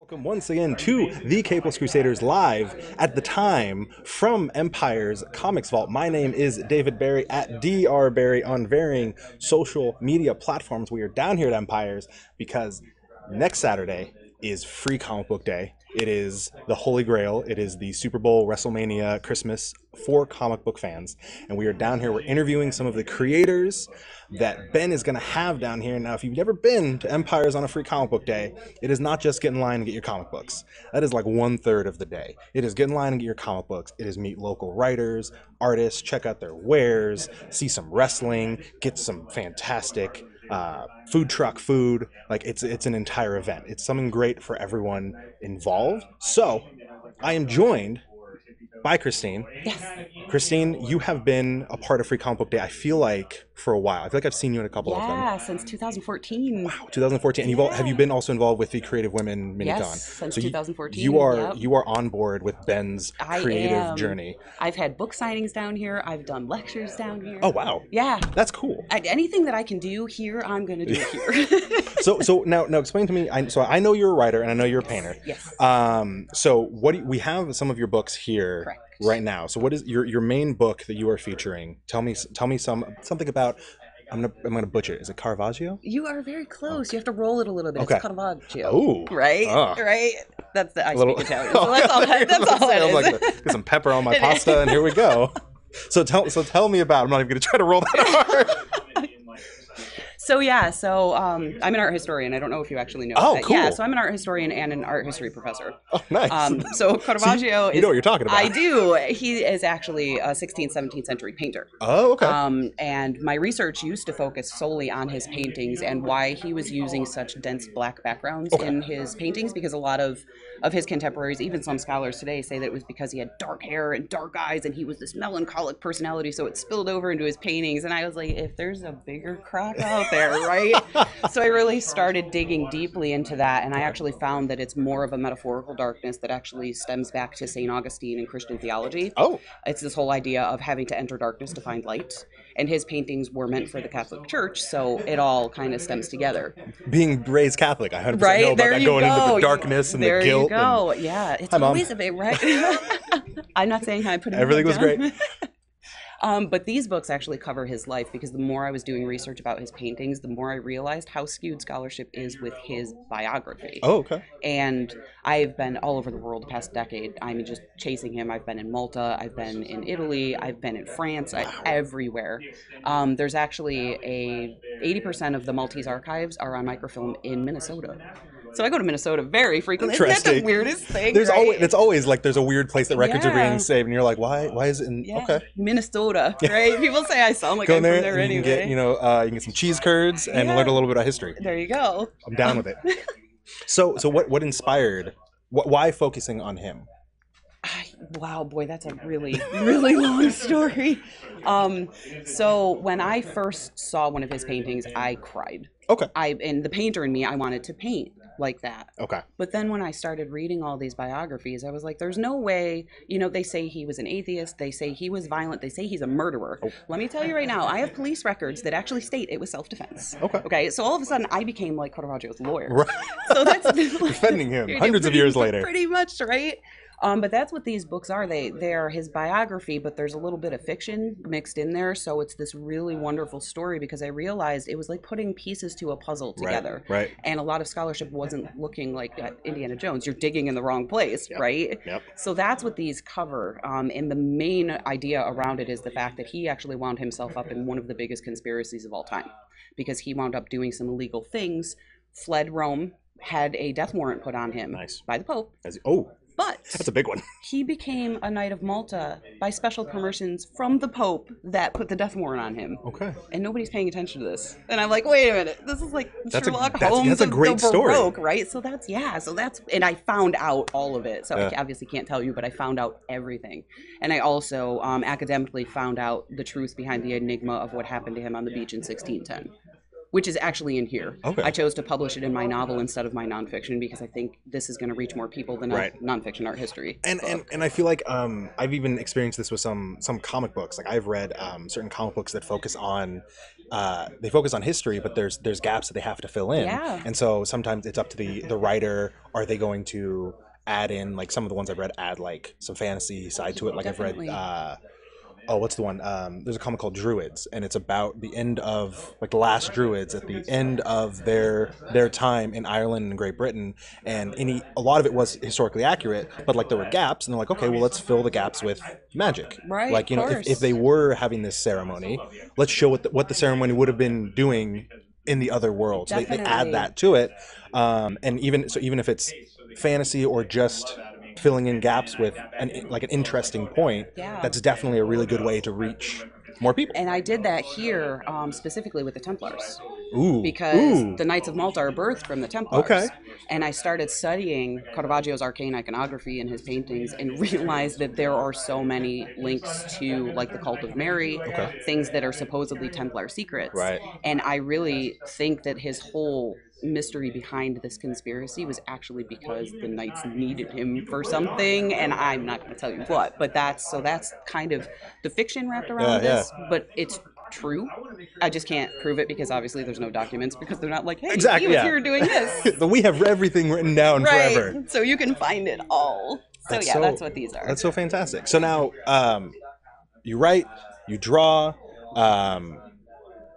Welcome once again to the Capeless Crusaders live at the time from Empire's Comics Vault. My name is David Barry at DR Barry on varying social media platforms. We are down here at Empire's because next Saturday is free comic book day. It is the Holy Grail. It is the Super Bowl, WrestleMania, Christmas for comic book fans. And we are down here. We're interviewing some of the creators that Ben is going to have down here. Now, if you've never been to Empires on a Free Comic Book Day, it is not just get in line and get your comic books. That is like one third of the day. It is get in line and get your comic books. It is meet local writers, artists, check out their wares, see some wrestling, get some fantastic uh, food truck food. Like it's it's an entire event. It's something great for everyone involved. So, I am joined by Christine. Yes. Christine, you have been a part of Free Comic Book Day. I feel like for a while. I feel like I've seen you in a couple of them. Yeah, since 2014. 2014, and you've al- have you been also involved with the Creative Women Minicon? Yes, since so you- 2014. You are yep. you are on board with Ben's I creative am. journey. I've had book signings down here. I've done lectures down here. Oh wow, Yeah. that's cool. I, anything that I can do here, I'm going to do it here. So so now now explain to me. I, so I know you're a writer and I know you're a painter. yes. Um, so what do you- we have some of your books here Correct. right now. So what is your your main book that you are featuring? Tell me s- tell me some something about. I'm gonna I'm gonna butcher. it. Is it Caravaggio? You are very close. You have to roll it a little bit. Okay. It's Caravaggio. Oh, Right? Ah. Right? That's the I A little- speak Italian. So that's all that, that's all I was it is. like, get some pepper on my It is. pasta, and here we go. So tell so tell me about. I'm not even gonna try to roll that hard. So yeah, so um, I'm an art historian. I don't know if you actually know Oh, that. Yeah, cool. so I'm an art historian and an art history professor. Oh, nice. Um, so Caravaggio you is know what you're talking about. I do. He is actually a 16th, 17th century painter. Oh, okay. Um, and my research used to focus solely on his paintings and why he was using such dense black backgrounds Okay. in his paintings because a lot of, of his contemporaries, even some scholars today, say that it was because he had dark hair and dark eyes and he was this melancholic personality, so it spilled over into his paintings. And I was like, if there's a bigger crock out there, right? so I really started digging deeply into that, and I actually found that it's more of a metaphorical darkness that actually stems back to St. Augustine and Christian theology oh, it's this whole idea of having to enter darkness to find light and his paintings were meant for the catholic church so it all kind of stems together being raised Catholic, I 100 percent right know about there that. you going go into the You- darkness and there the guilt. you and- go yeah it's Hi, Mom. always a bit right i'm not saying hi put it Everything was down. great. um, but these books actually cover his life because the more i was doing research about his paintings the more i realized how skewed scholarship is with his biography oh, okay. and I've been all over the world the past decade. I'm just chasing him. I've been in Malta. I've been in Italy. I've been in France. I, everywhere. Um, there's actually a 80% of the Maltese archives are on microfilm in Minnesota. So I go to Minnesota very frequently. Isn't that the Interesting. weirdest thing? There's right? always it's always like there's a weird place that records are Yeah. being saved, and you're like, why? Why is it? In, yeah, Okay. Minnesota, right? People say I sound like I'm Go in there, from there and you anyway. can get you know uh, you can get some cheese curds and Yeah. learn a little bit about history. there you go. I'm down with it. So so what what inspired? What, why focusing on him? I, wow, boy, that's a really, really long story. Um, so when I first saw one of his paintings, I cried. Okay. I and the painter in me, I wanted to paint like that. Okay. But then when I started reading all these biographies, I was like, there's no way, you know, they say he was an atheist, they say he was violent, they say he's a murderer. Oh. Let me tell you right now, I have police records that actually state it was self defense. Okay. Okay, so all of a sudden I became like Caravaggio's lawyer. Right. So that's Defending him Pretty- hundreds of pretty- years later. Pretty much, right? Um, but that's what these books are. They they are his biography, but there's a little bit of fiction mixed in there. So it's this really wonderful story because I realized it was like putting pieces to a puzzle together. Right. right. And a lot of scholarship wasn't looking like at Indiana Jones. You're digging in the wrong place, right? Yep. So that's what these cover. Um, and the main idea around it is the fact that he actually wound himself up in one of the biggest conspiracies of all time because he wound up doing some illegal things, fled Rome, had a death warrant put on him Nice. by the Pope. As, oh, But that's a big one. he became a Knight of Malta by special permissions from the Pope that put the death warrant on him. Okay. And nobody's paying attention to this. And I'm like, wait a minute, this is like That's a- Sherlock that's- Holmes that's a of great the story. Baroque, right? So that's yeah. So that's and I found out all of it. So Yeah. I obviously can't tell you, but I found out everything. And I also um, academically found out the truth behind the enigma of what happened to him on the beach in 1610. which is actually in here. Okay. I chose to publish it in my novel instead of my nonfiction because I think this is going to reach more people than Right. a nonfiction art history. and, and book. and I feel like um, I've even experienced this with some some comic books. Like I've read um, certain comic books that focus on uh, they focus on history, but there's there's gaps that they have to fill in. Yeah. And so sometimes it's up to the the writer. Are they going to add in like some of the ones I've read add like some fantasy side to it? Like Definitely. I've read. Uh, Oh, what's the one? Um, there's a comic called Druids, and it's about the end of like the last Druids at the end of their their time in Ireland and Great Britain, and any a lot of it was historically accurate, but like there were gaps, and they're like, okay, well let's fill the gaps with magic, Right, Like you know, of if, if course. they were having this ceremony, let's show what the, what the ceremony would have been doing in the other world. So they, they add Definitely. that to it, um, and even so, even if it's fantasy or just filling in gaps with an like an interesting point Yeah. that's definitely a really good way to reach more people And I did that here um, specifically with the Templars ooh because ooh. the Knights of Malta are birthed from the Templars. Okay. And I started studying Caravaggio's arcane iconography and his paintings and realized that there are so many links to like the cult of Mary, things that are supposedly Templar secrets. Right. And I really think that his whole mystery behind this conspiracy was actually because the knights needed him for something and I'm not going to tell you what, but that's so that's kind of the fiction wrapped around Yeah, yeah. this, but it's true. I just can't prove it because obviously there's no documents because they're not like, hey, Exact- he was yeah. here doing this. But we have everything written down right. forever So you can find it all. So That's yeah, so- that's what these are. That's so fantastic. So now, um, you write, you draw. Um,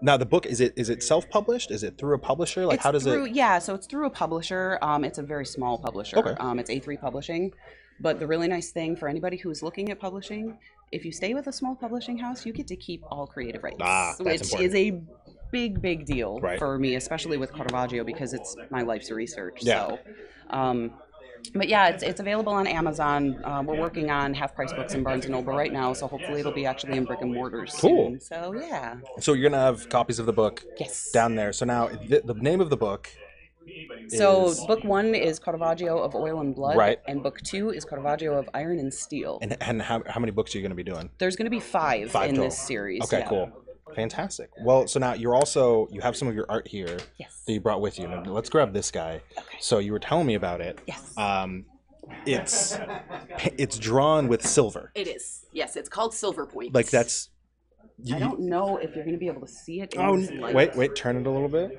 now the book is it is it self published? Is it through a publisher? Like it's how does through, it? Yeah, so it's through a publisher. Um, it's a very small publisher. Okay. Um, it's A3 Publishing. But the really nice thing for anybody who's looking at publishing, if you stay with a small publishing house, you get to keep all creative rights, Ah, that's which important. is a big, big deal Right. for me, especially with Caravaggio because it's my life's research. Yeah. So, um, but yeah, it's, it's available on Amazon. Um, we're working on half price books in Barnes and Noble right now, so hopefully it'll be actually in brick and mortars. Cool. Soon. So yeah, So you're gonna have copies of the book yes. down there. So now the, the name of the book. So is- book one is Caravaggio of Oil and Blood, Right. and book two is Caravaggio of Iron and Steel. and and how, how many books are you gonna be doing? There's going to be five, Five in total. this series. Okay, yeah. cool, fantastic. Well, so now you're also you have some of your art here Yes. that you brought with you. Now, let's grab this guy. Okay. So you were telling me about it. Yes. Um, it's it's drawn with silver. it is. Yes, it's called Silver Point. Like that's. you- I don't know if you're going to be able to see it. In Oh, this n- light. wait, wait, turn it a little bit.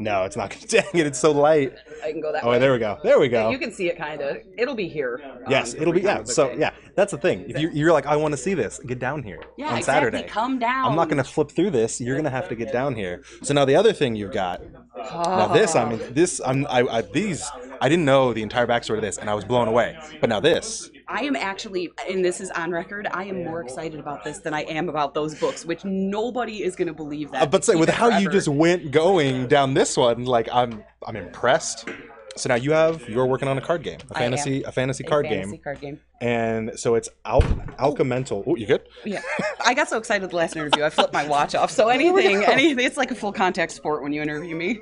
No, it's not. gonna- Dang it, it's so light. I can go that Oh, way. there we go. There we You go. can see it kind of. It'll be here. Yes, um, it'll be every yeah. comic book So day. yeah, that's the thing. If you, you're like, I want to see this, get down here Yeah, on exactly. Saturday. Come down. I'm not gonna flip through this. You're gonna have to get down here. So now the other thing you've got. Ah. Now this, I mean, this, I'm, I, I, these, I didn't know the entire backstory of this, and I was blown away. But now this, I am actually, and this is on record, I am more excited about this than I am about those books, which nobody is going to believe that. Uh, but say Keep with it how you forever. just went going down this one, like I'm, I'm impressed. So now you have, you're working on a card game, a I am. fantasy, a fantasy A card fantasy game. card game. and so it's al- alchemical. Oh, you good? Yeah, I got so excited the last interview, I flipped my watch off. So anything, anything, it's like a full contact sport when you interview me.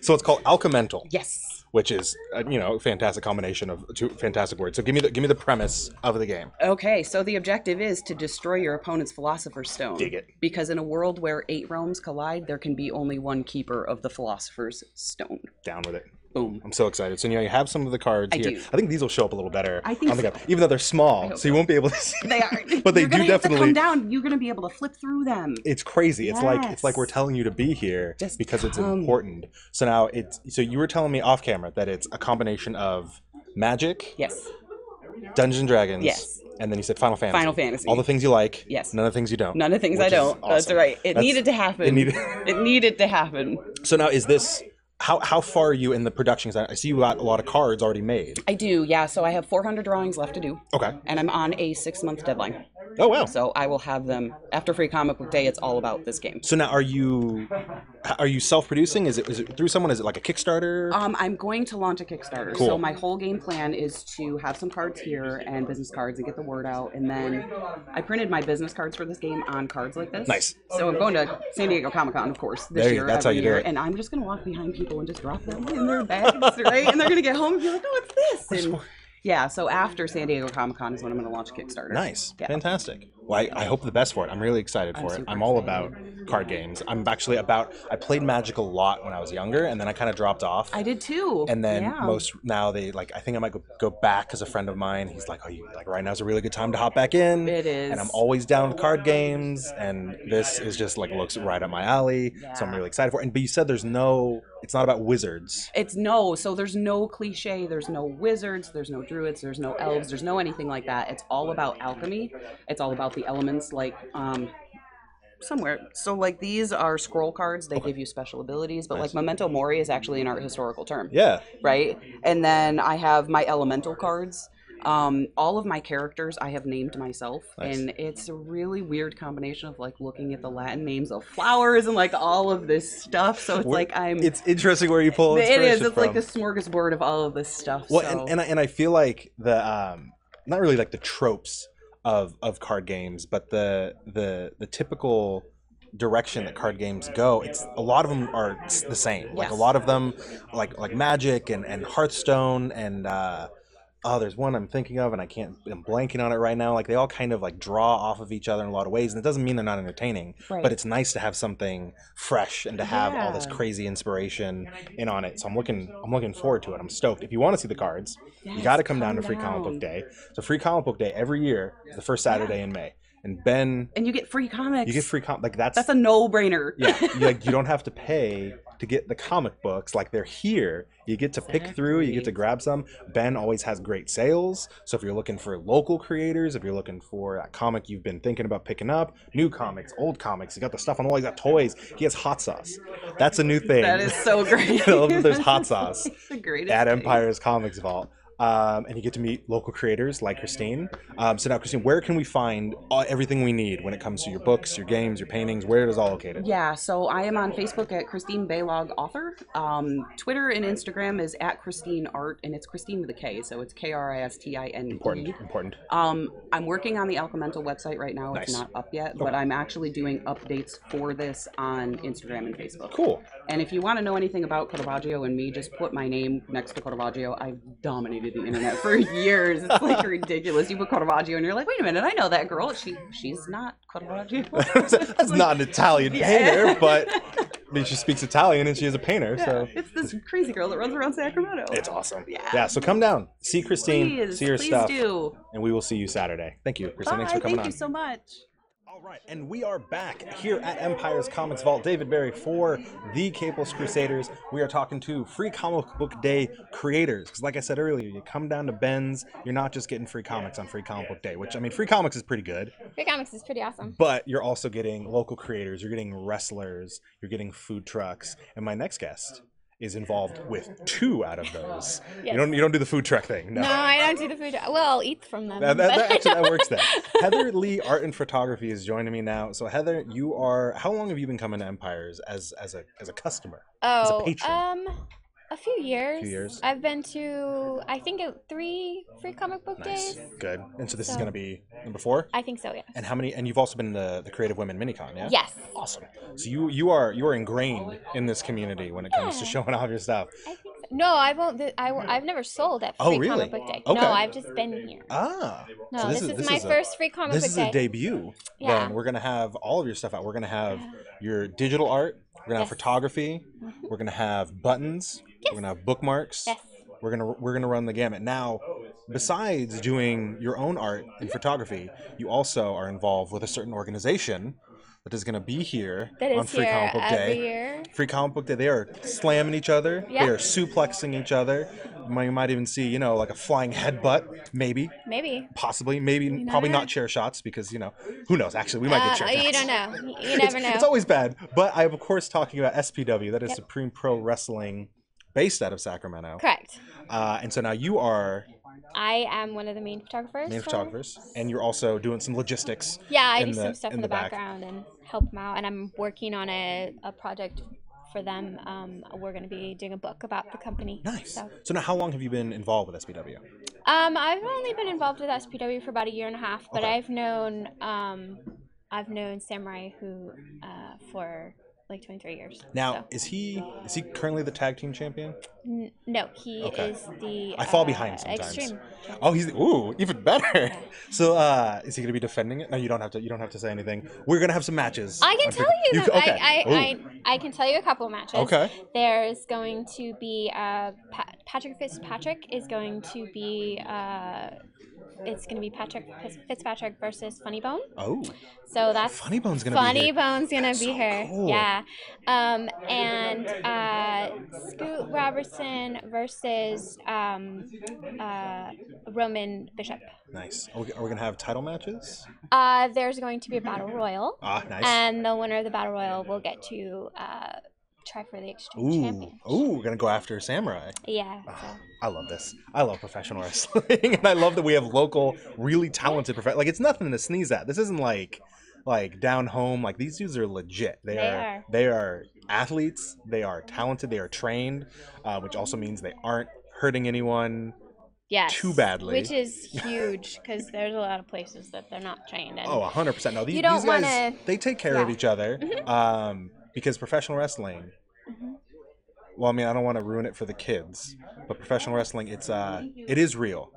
So it's called alchemical, Yes. which is uh, you know a fantastic combination of two fantastic words. So give me the give me the premise of the game. Okay, so the objective is to destroy your opponent's Philosopher's Stone. Dig it. Because in a world where eight realms collide, there can be only one keeper of the Philosopher's Stone. Down with it. Boom. I'm so excited. So you know you have some of the cards I here. do. I think these will show up a little better. I think on the so. card, even though they're small, so you won't be able to see. They are, But they you're do gonna have to definitely- come down. You're going to be able to flip through them. It's crazy. It's like it's like we're Yes. telling you to be here Just because it's come. important. So now it's so you were telling me off camera that it's a combination of magic, Yes. Dungeons and Dragons, Yes. and then you said Final Fantasy. Final Fantasy. All the things you like. Yes. None of the things you don't. None of the things which I is don't. That's awesome. right. It That's- needed to happen. it needed- it needed to happen. So now is this how how far are you in the production? 'Cause I I see you got a lot of cards already made. I do, yeah. So I have 400 drawings left to do. Okay. And I'm on a six month deadline. Oh wow. So I will have them after Free Comic Book Day. It's all about this game. So now are you are you self producing? Is it is it through someone? Is it like a Kickstarter? Um, I'm going to launch a Kickstarter. Cool. So my whole game plan is to have some cards here and business cards and get the word out. And then I printed my business cards for this game on cards like this. Nice. So I'm going to San Diego Comic Con, of course, this There you- year. that's how every you do year. it. And I'm just going to walk behind people and just drop them in their bags, right? And they're going to get home and be like, "Oh, what's this?" And yeah. So after San Diego Comic Con is when I'm going to launch a Kickstarter. nice. Yeah. Fantastic. Well, I, I hope the best for it. I'm really excited for I'm it. super I'm all excited. about card games. I'm actually about. I played Magic a lot when I was younger, and then I kind of dropped off. I did too. and then yeah. most now they like. I think I might go, go back because a friend of mine. He's like, "Oh, you like right now's a really good time to hop back in." it is. and I'm always down with card games, and this is just like looks right up my alley. So I'm Yeah. really excited for it. And but you said there's no, it's not about wizards. It's no, so there's no cliche, there's no wizards, there's no druids, there's no elves, there's no anything like that. It's all about alchemy. It's all about the elements like um somewhere. So like these are scroll cards, they give you special abilities, but Nice. like memento mori is actually an art historical term, Yeah, right? And then I have my elemental cards. Um, all of my characters I have named myself, Nice. and it's a really weird combination of like looking at the Latin names of flowers and like all of this stuff. So it's We're- like I'm it's interesting where you pull. it is. inspiration It's like from. the smorgasbord of all of this stuff. Well, so. and, and I and I feel like the um, not really like the tropes of of card games, but the the the typical direction that card games go it's a lot of them are s- the same like a Yes. lot of them like like magic and and hearthstone and uh oh there's one i'm thinking of and i can't i'm blanking on it right now like they all kind of like draw off of each other in a lot of ways and it doesn't mean they're not entertaining right. but it's nice to have something fresh and to have all this Yeah. crazy inspiration in on it. So I'm looking I'm looking forward to it. I'm stoked. If you want to see the cards, you Yes, got to come down to Free Comic Book down. Day. So Free Comic Book Day every year is the first Saturday in May. And Ben, And you get free comics. you get free com like that's, That's a no-brainer. yeah, you, like you don't have to pay to get the comic books like they're here. You get to pick through, you get to Exactly. grab some. Ben always has great sales. So if you're looking for local creators, if you're looking for that comic you've been thinking about picking up, new comics, old comics, you got the stuff on the wall, you got toys. He has hot sauce. That's a new thing. that is so great. I love that there's hot sauce It's the greatest at thing. Empire's Comics Vault. Um, and you get to meet local creators like Christine. Um, so now, Christine, where can we find all, everything we need when it comes to your books, your games, your paintings? Where it is all located? Yeah, so I am on Facebook at Christine Baylog Author. Um, Twitter and Instagram is at Christine Art, and it's Christine with a K, so it's K R I S T I N E. Important, important. Um, I'm working on the Alchemical website right now. It's Nice. not up yet, but I'm actually doing updates for this on Instagram and Facebook. Cool. And if you want to know anything about Caravaggio and me, just put my name next to Caravaggio. I've dominated the internet for years. It's like ridiculous. You put Caravaggio and you're like, wait a minute, I know that girl. She she's not Caravaggio. That's not an Italian Yeah. painter, but I mean, she speaks Italian and she is a painter, so it's this crazy girl that runs around Sacramento. it's awesome. Yeah. so come down, see Christine, please, see her please stuff, do. and we will see you Saturday. Thank you, Christine. Bye. Thanks for coming Thank on. you so much. All right, and we are back here at Empire's Comics Vault. David Barry for the Capeless Crusaders. We are talking to free comic book day creators. Because, like I said earlier, you come down to Ben's, you're not just getting free comics on free comic book day, which, I mean, free comics is pretty good, Free comics is pretty awesome. but you're also getting local creators, you're getting wrestlers, you're getting food trucks. And my next guest is involved with two out of those. Yes. You, don't, you don't do the food truck thing, No, I don't do the food. Well, I'll eat from them. that, that, that, but- actually, that works then. Heather Lee Art and Photography is joining me now. So Heather, you are how long have you been coming to Empires as as a as a customer? a oh, patron. um, a few years. years. I've been to, I think, uh, three free comic book Nice, days. good. And so this is So- going to be number four. I think so. Yeah. And how many? And you've also been to the Creative Women MiniCon, yeah? Yes. Awesome. So you you are you are ingrained in this community when it comes to Yeah. showing off your stuff. I think so. No, I won't. th- I won't- I've never sold at free Oh, really? comic book day. Okay. No, I've just been here. Ah, No, this this, is- is, this my is a- first free comic this book is day. a debut. Yeah. Then we're gonna have all of your stuff out. We're gonna have Yeah. your digital art. We're gonna have Yes. photography. Mhm. We're gonna have buttons. Yes. We're gonna have bookmarks. Yes. we're gonna we're gonna run the gamut now besides doing your own art and photography you also are involved with a certain organization that is gonna be here That on is free here comic book every day year. free comic book day they are slamming each other they Yeah. are suplexing each other you might, you might even see you know like a flying headbutt maybe Maybe. possibly maybe never probably know. not chair shots because you know who knows actually we might Uh, get chair shots you don't know. You it's, never know. it's always bad. But I'm of course talking about SPW, that is Yep. Supreme Pro Wrestling, based out of Sacramento. Correct. Uh, and so now you are I am one of the main photographers. main for- photographers, and you're also doing some logistics. Yeah, I in do the- some stuff in in, the the, back. background and help them out, and I'm working on a, a project for them. Um, we're going to be doing a book about the company. Nice. So, So now, how long have you been involved with SPW? um, I've only been involved with SPW for about a year and a half, but Okay. I've known um, I've known Samurai who uh, for like 23 years. Now, so. is he is he currently the tag team champion? N- no, he Okay. is the. I fall uh, behind sometimes. Extreme. Oh, he's ooh, even better. So, uh, is he gonna be defending it? No, you don't have to. You don't have to say anything. We're gonna have some matches. I can on tell Freak- you. c- them. okay. I, Ooh. I, I, I can tell you a couple matches. Okay. There's going to be uh, pa- Patrick Fitzpatrick is going to be. Uh, it's going to be Patrick Fitz- Fitzpatrick versus Funny Bone. Oh, So that's Funny Bone's gonna be Funny here. Bone's gonna That's be so here. cool. Yeah. Um, and uh, Scoot Robertson versus um, uh, Roman Bishop. Nice. Are we, are we gonna have title matches? Uh, there's going to be a battle royal, Ah, nice. and the winner of the battle royal will get to uh, try for the extreme Ooh, champion. ooh, we're gonna go after Samurai. Yeah. So. Ah, I love this. I love professional wrestling, and I love that we have local, really talented prof. Like it's nothing to sneeze at. This isn't like like down home. Like these dudes are legit. They, They are, are. they are athletes. They are talented. They are trained, uh, which also means they aren't hurting anyone. Yes. Too badly. Which is huge because there's a lot of places that they're not trained in. Oh, 100 percent. No, these, You don't these guys wanna- they take care of yeah. Mm-hmm. each other. Um, because professional wrestling. Mhm. Well, I mean, I don't want to ruin it for the kids, but professional wrestling, it's uh, it is real,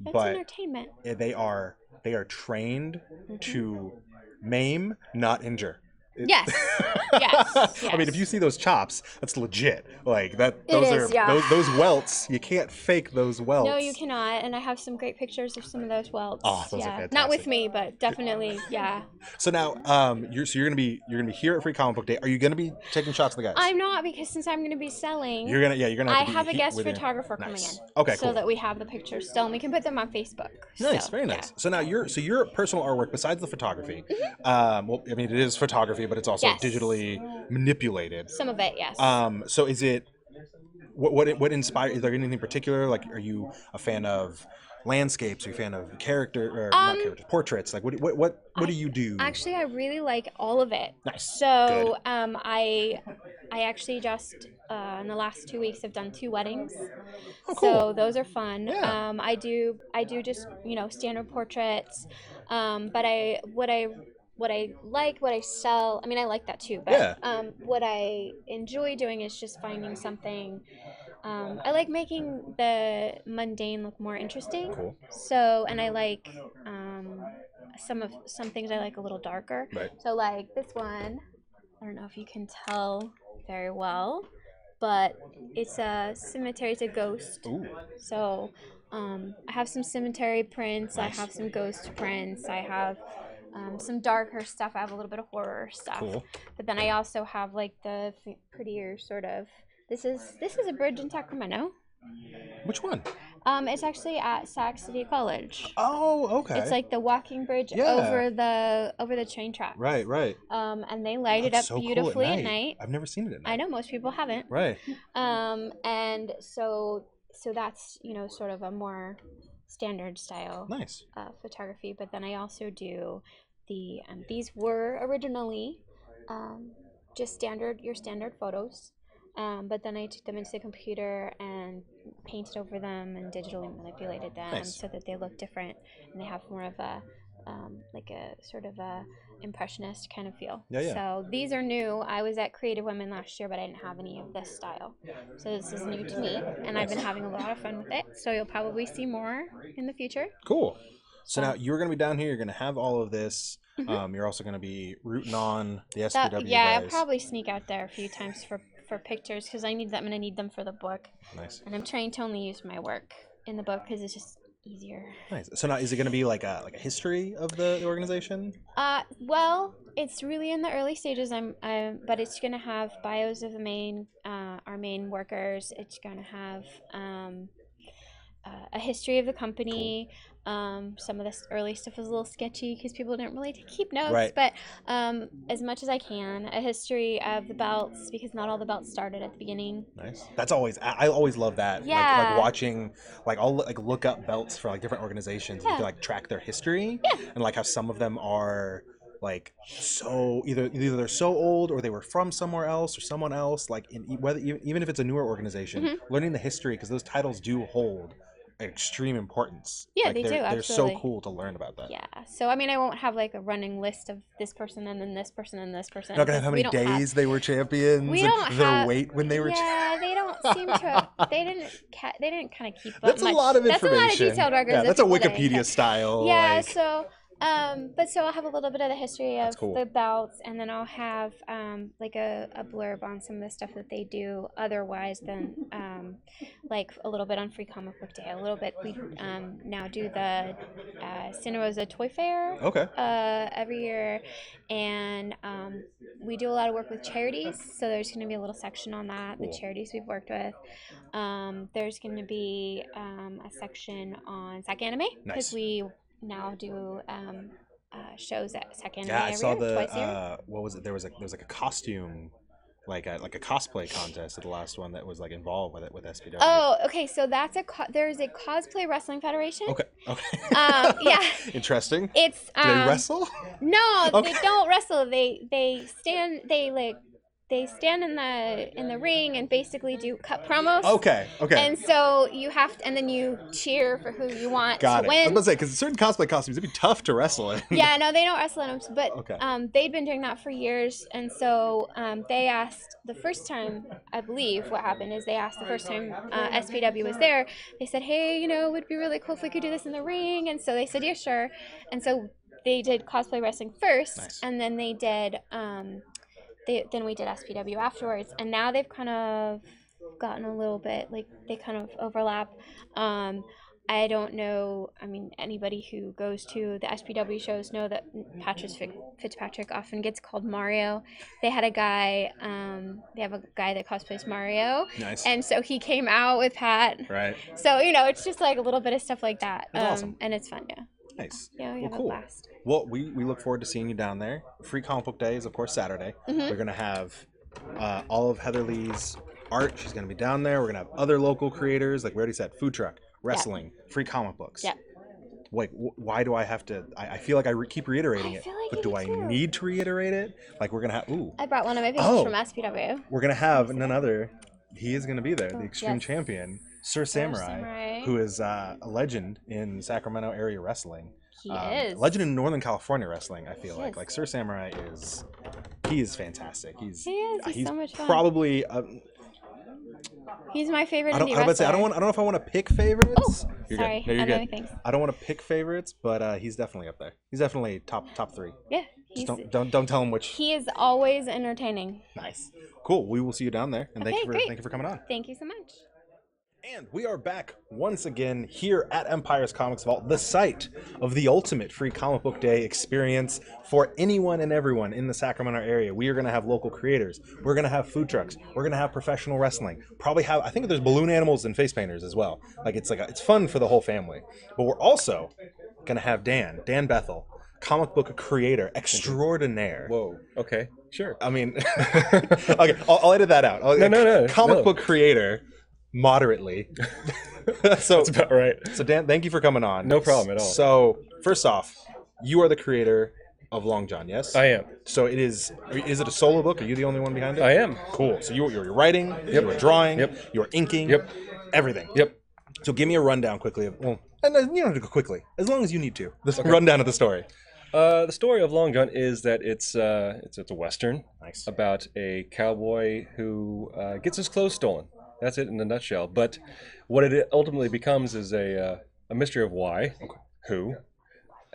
That's but entertainment. eh, they are they are trained to maim, not injure. It- Yes. Yes. I mean, if Yes. you see those chops, that's legit. Like that. It Those is, are yeah. those, those welts. You can't fake those welts. No, you cannot. And I have some great pictures of some of those welts. Oh, those are yeah. Not fantastic. with me, but definitely, yeah. So now, um, you're so you're gonna be you're gonna be here at Free Comic Book Day. Are you gonna be taking shots of the guys? I'm not because since I'm going to be selling, You're gonna yeah. You're gonna. I Have to be have a he- guest with you. photographer Nice. coming in. Okay, So cool. that we have the pictures still and we can put them on Facebook. Nice, So, very yeah. Mm-hmm. nice. So now your so your personal artwork besides the photography, um, well, I mean it is photography, but it's also Yes. digitally manipulated. Some of it, yes. Um, so is it what what what inspired? Is there anything particular? Like, are you a fan of landscapes? Are you a fan of character or not Um, characters, portraits? Like, what what what, what do I- you do? Actually, I really like all of it. Nice. So um, I, I actually just uh, in the last two weeks have done two weddings. So Oh, cool. those are fun. Yeah. Um, I do I do just you know standard portraits, um, but I what I what I like what I sell. I mean I like that too. But Yeah. um, what I enjoy doing is just finding something. Um, I like making the mundane look more interesting. cool. So, and I like um, some of some things I like a little darker. Right. So, like this one, I don't know if you can tell very well, but it's a cemetery. It's a ghost. Ooh. So, um, I have some cemetery prints. Nice. I have some ghost prints. I have um, some darker stuff. I have a little bit of horror stuff. Cool. But then I also have like the f- prettier sort of. This is this is a bridge in Sacramento. Which one? Um, it's actually at Sac City College. Oh, okay. It's like the walking bridge Yeah. over the over the train track. right, right. Um, and they light it That's up so cool beautifully at, night. I've never seen it at night. I know most people haven't. Right. Um, and so so that's you know sort of a more standard style Nice. uh, photography. But then I also do the um, these were originally um, just standard your standard photos. Um, but then I took them into the computer and painted over them and digitally manipulated them Nice. so that they look different and they have more of a um, like a sort of a impressionist kind of feel. Yeah, yeah. So these are new. I was at Creative Women last year, but I didn't have any of this style. So this is new to me, and I've been having a lot of fun with it. So you'll probably see more in the future. Cool. So So- now you're going to be down here. You're going to have all of this. Mhm. Um, you're also going to be rooting on the SPW That- yeah, I'll guys. probably sneak out there a few times for for pictures because I need them and I need them for the book. Nice, And I'm trying to only use my work in the book because it's just easier. nice. So now is it going to be like a like a history of the, the organization? Uh, well, it's really in the early stages. I'm, i but it's gonna have bios of the main, uh, our main workers. It's gonna have um, uh, a history of the company. Um, some of this early stuff was a little sketchy because people didn't really keep notes. Right. But um, as much as I can, a history of the belts because not all the belts started at the beginning. Nice. That's always I, I always love that. Like, Yeah. like watching like I'll like look up belts for like different organizations and you Yeah. can like track their history and like how some of them are like so either either they're so old or they were from somewhere else or someone e, Mm-hmm. else like in e- whether even even if it's a newer organization learning the history because those titles do hold extreme importance. Yeah, Like, they they're, do, They're so absolutely. cool to learn about that. Yeah. So I mean, I won't have like a running list of this person and then this person and this person. You're not gonna have because we how many don't have- days they were champions we and don't their have- weight when they were. cha- yeah, they don't seem to. They didn't. Ca- they didn't kind of keep up. that's much. a lot of That's a information. lot of detailed records. Yeah, of that's a people that I Wikipedia encountered. style. Yeah, like- so um but so I'll have a little bit of the history That's of cool. the belts and then I'll have um like a, a blurb on some of the stuff that they do otherwise than um like a little bit on free comic book day, a little bit we um now do the uh Santa Rosa Toy Fair okay. uh every year and um we do a lot of work with charities so there's going to be a little section on that the Cool. charities we've worked with um there's going to be um a section on sac anime because Nice. we now do um uh, shows at sac anime Yeah, I every saw year, the twice a year uh, what was it? There was like there was like a costume, like a like a cosplay contest at the last one that was like involved with it with SPW. oh okay so that's a co- there's a cosplay wrestling federation Okay. Okay. Um, yeah. Interesting. it's Do um they wrestle? No, Okay. they don't wrestle. They they stand. They like they stand in the in the ring and basically do cut promos. Okay. Okay. And so you have to, and then you cheer for who you want Got to it. I was win. about to say because certain cosplay costumes it'd be tough to wrestle in. Yeah, no, they don't wrestle in 'em, but Okay. um, they'd been doing that for years. And so um, they asked the first time, I believe, what happened is they asked the first time uh, SPW was there. They said, "Hey, you know, it would be really cool if we could do this in the ring." And so they said, "Yeah, sure." And so they did cosplay wrestling first, Nice. and then they did. Um, they then we did SPW afterwards, and now they've kind of gotten a little bit like they kind of overlap. Um, I don't know. I mean, anybody who goes to the SPW shows know that Patrick Fic- Fitzpatrick often gets called Mario. They had a guy. Um, they have a guy that cosplays Mario, Nice. and so he came out with Pat. right. So you know, it's just like a little bit of stuff like that. Um, That's awesome. and it's fun. Yeah. Nice. Yeah, we Well, have cool. a blast. Well, we, we look forward to seeing you down there. Free comic book day is of course Saturday. Mhm. We're gonna have uh, all of Heather Lee's art. She's gonna be down there. We're gonna have other local creators, like we already said, food truck, wrestling, free comic books. Yeah. Like, wh- why do I have to? I, I feel like I re- keep reiterating I it, feel like but you do do I too. need to reiterate it? Like, we're gonna have ooh, I brought one of my pictures Oh. from SPW. we're gonna have none other. He is gonna be there, the Oh, extreme yes. champion, Sir Samurai, Samurai. who is uh, a legend in Sacramento area wrestling. He Um, is. legend in Northern California wrestling. I feel He like is. like Sir Samurai is he is fantastic. He's uh, He is. He's, he's so much fun. probably um, he's my favorite. I don't indie I'm about to say I don't wrestler. Oh, want I don't know if I want to pick favorites. you're Sorry, good. No, you're I'm having good. things. I don't want to pick favorites, but uh, he's definitely up there. He's definitely top top three. Yeah, Just he's, don't don't don't tell him which. he is always entertaining. Nice. Cool. We will see you down there, and thank Okay, you for great. thank you for coming on. Thank you so much. And we are back once again here at Empire's Comics Vault, the site of the ultimate free comic book day experience for anyone and everyone in the Sacramento area. We are going to have local creators. We're going to have food trucks. We're going to have professional wrestling. Probably have I think there's balloon animals and face painters as well. Like it's like a, it's fun for the whole family. But we're also going to have Dan, Dan Bethel, comic book creator extraordinaire. Whoa. Okay. Sure. I mean, okay, I'll, I'll edit that out. I'll- No, no, no, Comic no. book creator, moderately. so, That's about right. so Dan, thank you for coming on. No problem at all. So, first off, you are the creator of Long John, yes? I am. So it is. Is it a solo book? Are you the only one behind it? I am. Cool. So you, you're writing. Yep. You're drawing. Yep. You're inking. Yep. Everything. Yep. So give me a rundown quickly of well, and uh, you don't have to go quickly, as long as you need to. The rundown of the story. Uh, the story of Long John is that it's uh, it's it's a western Nice. about a cowboy who uh, gets his clothes stolen. That's it in a nutshell. But what it ultimately becomes is a uh, a mystery of why, who,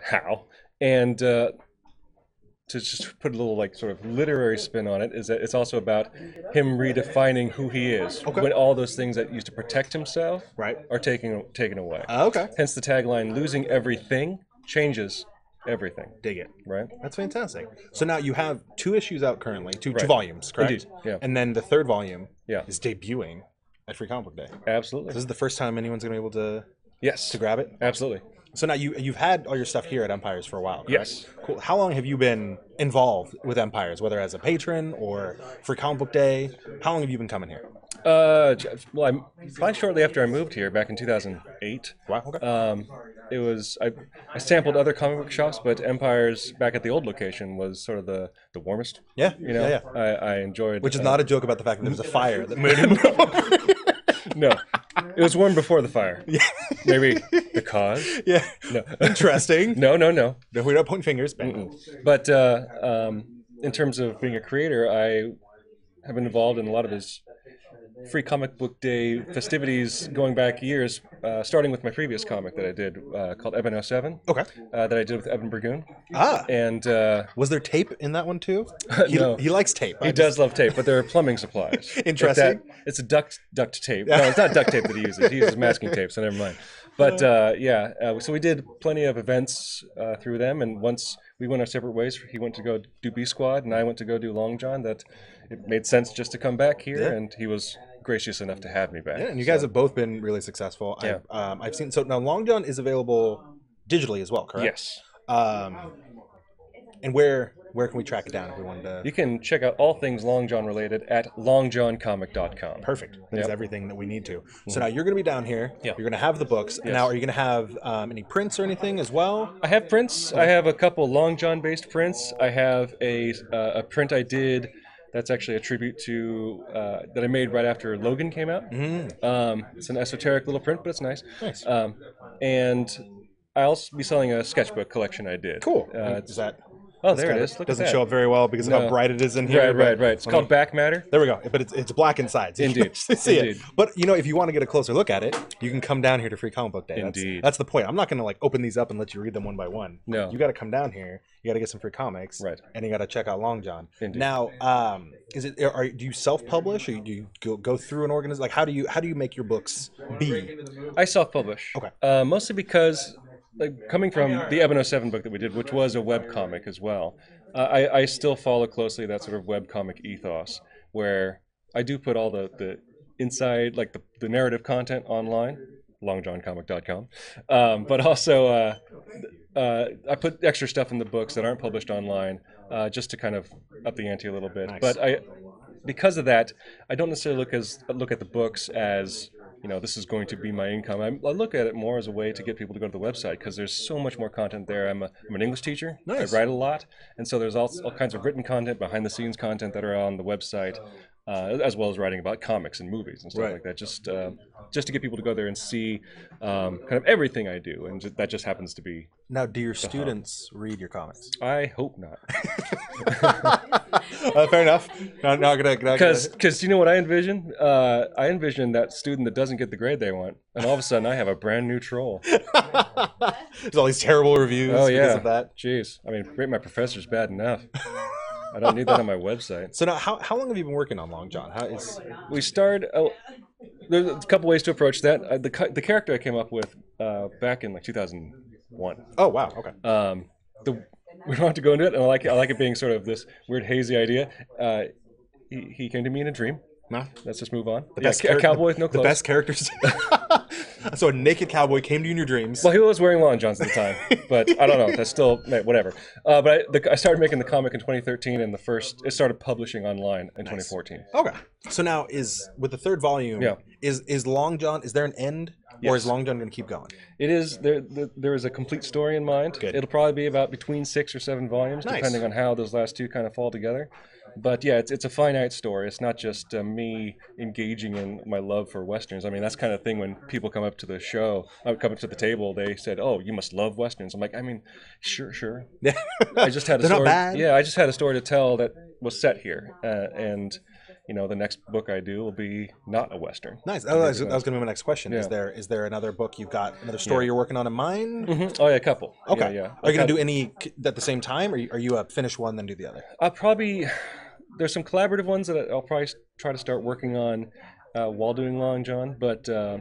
how, and uh, to just put a little like sort of literary spin on it is that it's also about him redefining who he is Okay. when all those things that used to protect himself Right. are taken taken away. Uh, okay. Hence the tagline losing everything changes everything, Dig it. right? That's fantastic. So now you have two issues out currently, two, two Right. volumes, correct? Indeed, yeah. And then the third volume Yeah. is debuting at Free Comic Book Day. This Absolutely. is the first time anyone's gonna be able to Yes. to grab it. Absolutely. So now you you've had all your stuff here at Empires for a while. Correct? Yes. Cool. How long have you been involved with Empires, whether as a patron or Free Comic Book Day? How long have you been coming here? Uh, j- well, I'm probably shortly after I moved here back in 2008. Wow. Okay. Um, it was I, I sampled other comic book shops, but Empire's back at the old location was sort of the, the warmest. yeah. You know, Yeah. yeah. I, I enjoyed Which is uh, not a joke about the fact that there was a fire that made him. no, It was warm before the fire. Yeah. Maybe the cause? Yeah. No. Interesting. no, no, no. no, we're not pointing fingers. but- Mm-mm. But uh, um, in terms of being a creator, I have been involved in a lot of his free comic book day festivities going back years, uh, starting with my previous comic that I did uh, called Eben 07, Okay. uh, that I did with Eben Burgoon. Ah. And uh, Was there tape in that one too? He, no, he likes tape. he I does love tape, but there are plumbing supplies. Like Interesting. that- it's a duct duct tape. No, it's not duct tape that he uses. He uses masking tape, so never mind. But uh, yeah, uh, so we did plenty of events uh, through them, and once we went our separate ways, he went to go do B Squad, and I went to go do Long John. That it made sense just to come back here, Yeah. and he was gracious enough to have me back. Yeah, and you guys So- have both been really successful. Yeah. I've, um, I've seen. So now Long John is available digitally as well, correct? yes. Um, and where where can we track it down if we wanted to? You can check out all things Long John related at longjohncomic.com. Perfect. That is Yep. Mm-hmm. everything that we need to. So now you're going to be down here. Yeah. You're going to have the books. And Yes. Now, are you going to have um, any prints or anything as well? I have prints. I have a couple Long John based prints. I have a uh, a print I did that's actually a tribute to uh, that I made right after Logan came out. Mm. Um, it's an esoteric little print, but it's nice. Nice. Um, and I'll also be selling a sketchbook collection I did. Cool. Uh, is that oh, it's there kind it of- is. Look at doesn't that. show up very well because of how No. bright it is in here. Right, but right, right. It's let called me- Back Matter. There we go. But it's, it's black inside. So you Indeed. can actually see it. Indeed. But you know, if you want to get a closer look at it, you can come down here to Free Comic Book Day. That's- Indeed. That's, the point. I'm not going to like open these up and let you read them one by one. No. You got to come down here. You got to get some free comics. Right. And you got to check out Long John. Indeed. Now, um, is it are do you self-publish or do you go, go through an organization? Like how do you how do you make your books be? I self-publish. Okay. Uh, mostly because, like, coming from the Ebon 07 book that we did, which was a web comic as well, uh, I, I still follow closely that sort of web comic ethos where I do put all the, the inside, like the, the narrative content online, longjohncomic.com, um, but also uh, uh, I put extra stuff in the books that aren't published online uh, just to kind of up the ante a little bit. Nice. But I, because of that, I don't necessarily look as look at the books as you know this is going to be my income. I, I look at it more as a way to get people to go to the website because there's so much more content there. I'm, a, I'm an English teacher. Nice. I write a lot, and so there's all, all kinds of written content, behind the scenes content that are on the website. Uh, as well as writing about comics and movies and stuff Right. like that, just uh, just to get people to go there and see um, kind of everything I do, and ju- that just happens to be Now, do your students read your comics? I hope not. Uh, fair enough. Not, not gonna not gonna- Because, you know what I envision? Uh, I envision that student that doesn't get the grade they want, and all of a sudden I have a brand new troll. there's all these terrible reviews Oh because yeah, of that. Jeez, I mean, rate my professor's bad enough. I don't need that on my website. So now, how, how long have you been working on Long John? How is We start. Oh, there's a couple ways to approach that. Uh, the ca- the character I came up with uh, back in like 2001. oh wow okay Um, the we don't have to go into it, and I like I like it being sort of this weird hazy idea. Uh, he, he came to me in a dream. Nah. Let's just move on. The best a character- cowboy with no the clothes. best characters. so a naked cowboy came to you in your dreams. Well, he was wearing long johns at the time, but I don't know. That's still meh, whatever. Uh, but I, the, I started making the comic in 2013, and the first it started publishing online in 2014. okay. So now is with the third volume. Yeah. Is is Long John? Is there an end, or is Yes. Long John going to keep going? It is there. There there is a complete story in mind. Good. It'll probably be about between six or seven volumes, Nice. depending on how those last two kind of fall together. But yeah, it's it's a finite story. It's not just uh, me engaging in my love for westerns. I mean, that's kind of thing when people come up to the show, uh, come up to the table, they said, "Oh, you must love westerns." I'm like, I mean, sure, sure. Yeah. I just had a They're not story. bad. Yeah, I just had a story to tell that was set here, uh, and you know, the next book I do will be not a western. Nice. Oh, that was, that was going to be my next question. Is Yeah. there is there another book you've got another story you're working on in mind? hmm Oh yeah, a couple. Yeah, Okay. yeah. Are I've you got- going to do any c- at the same time, or you- are you uh, finish one then do the other? I'll Uh, probably there's some collaborative ones that I'll probably s- try to start working on uh, while doing Long John, but uh,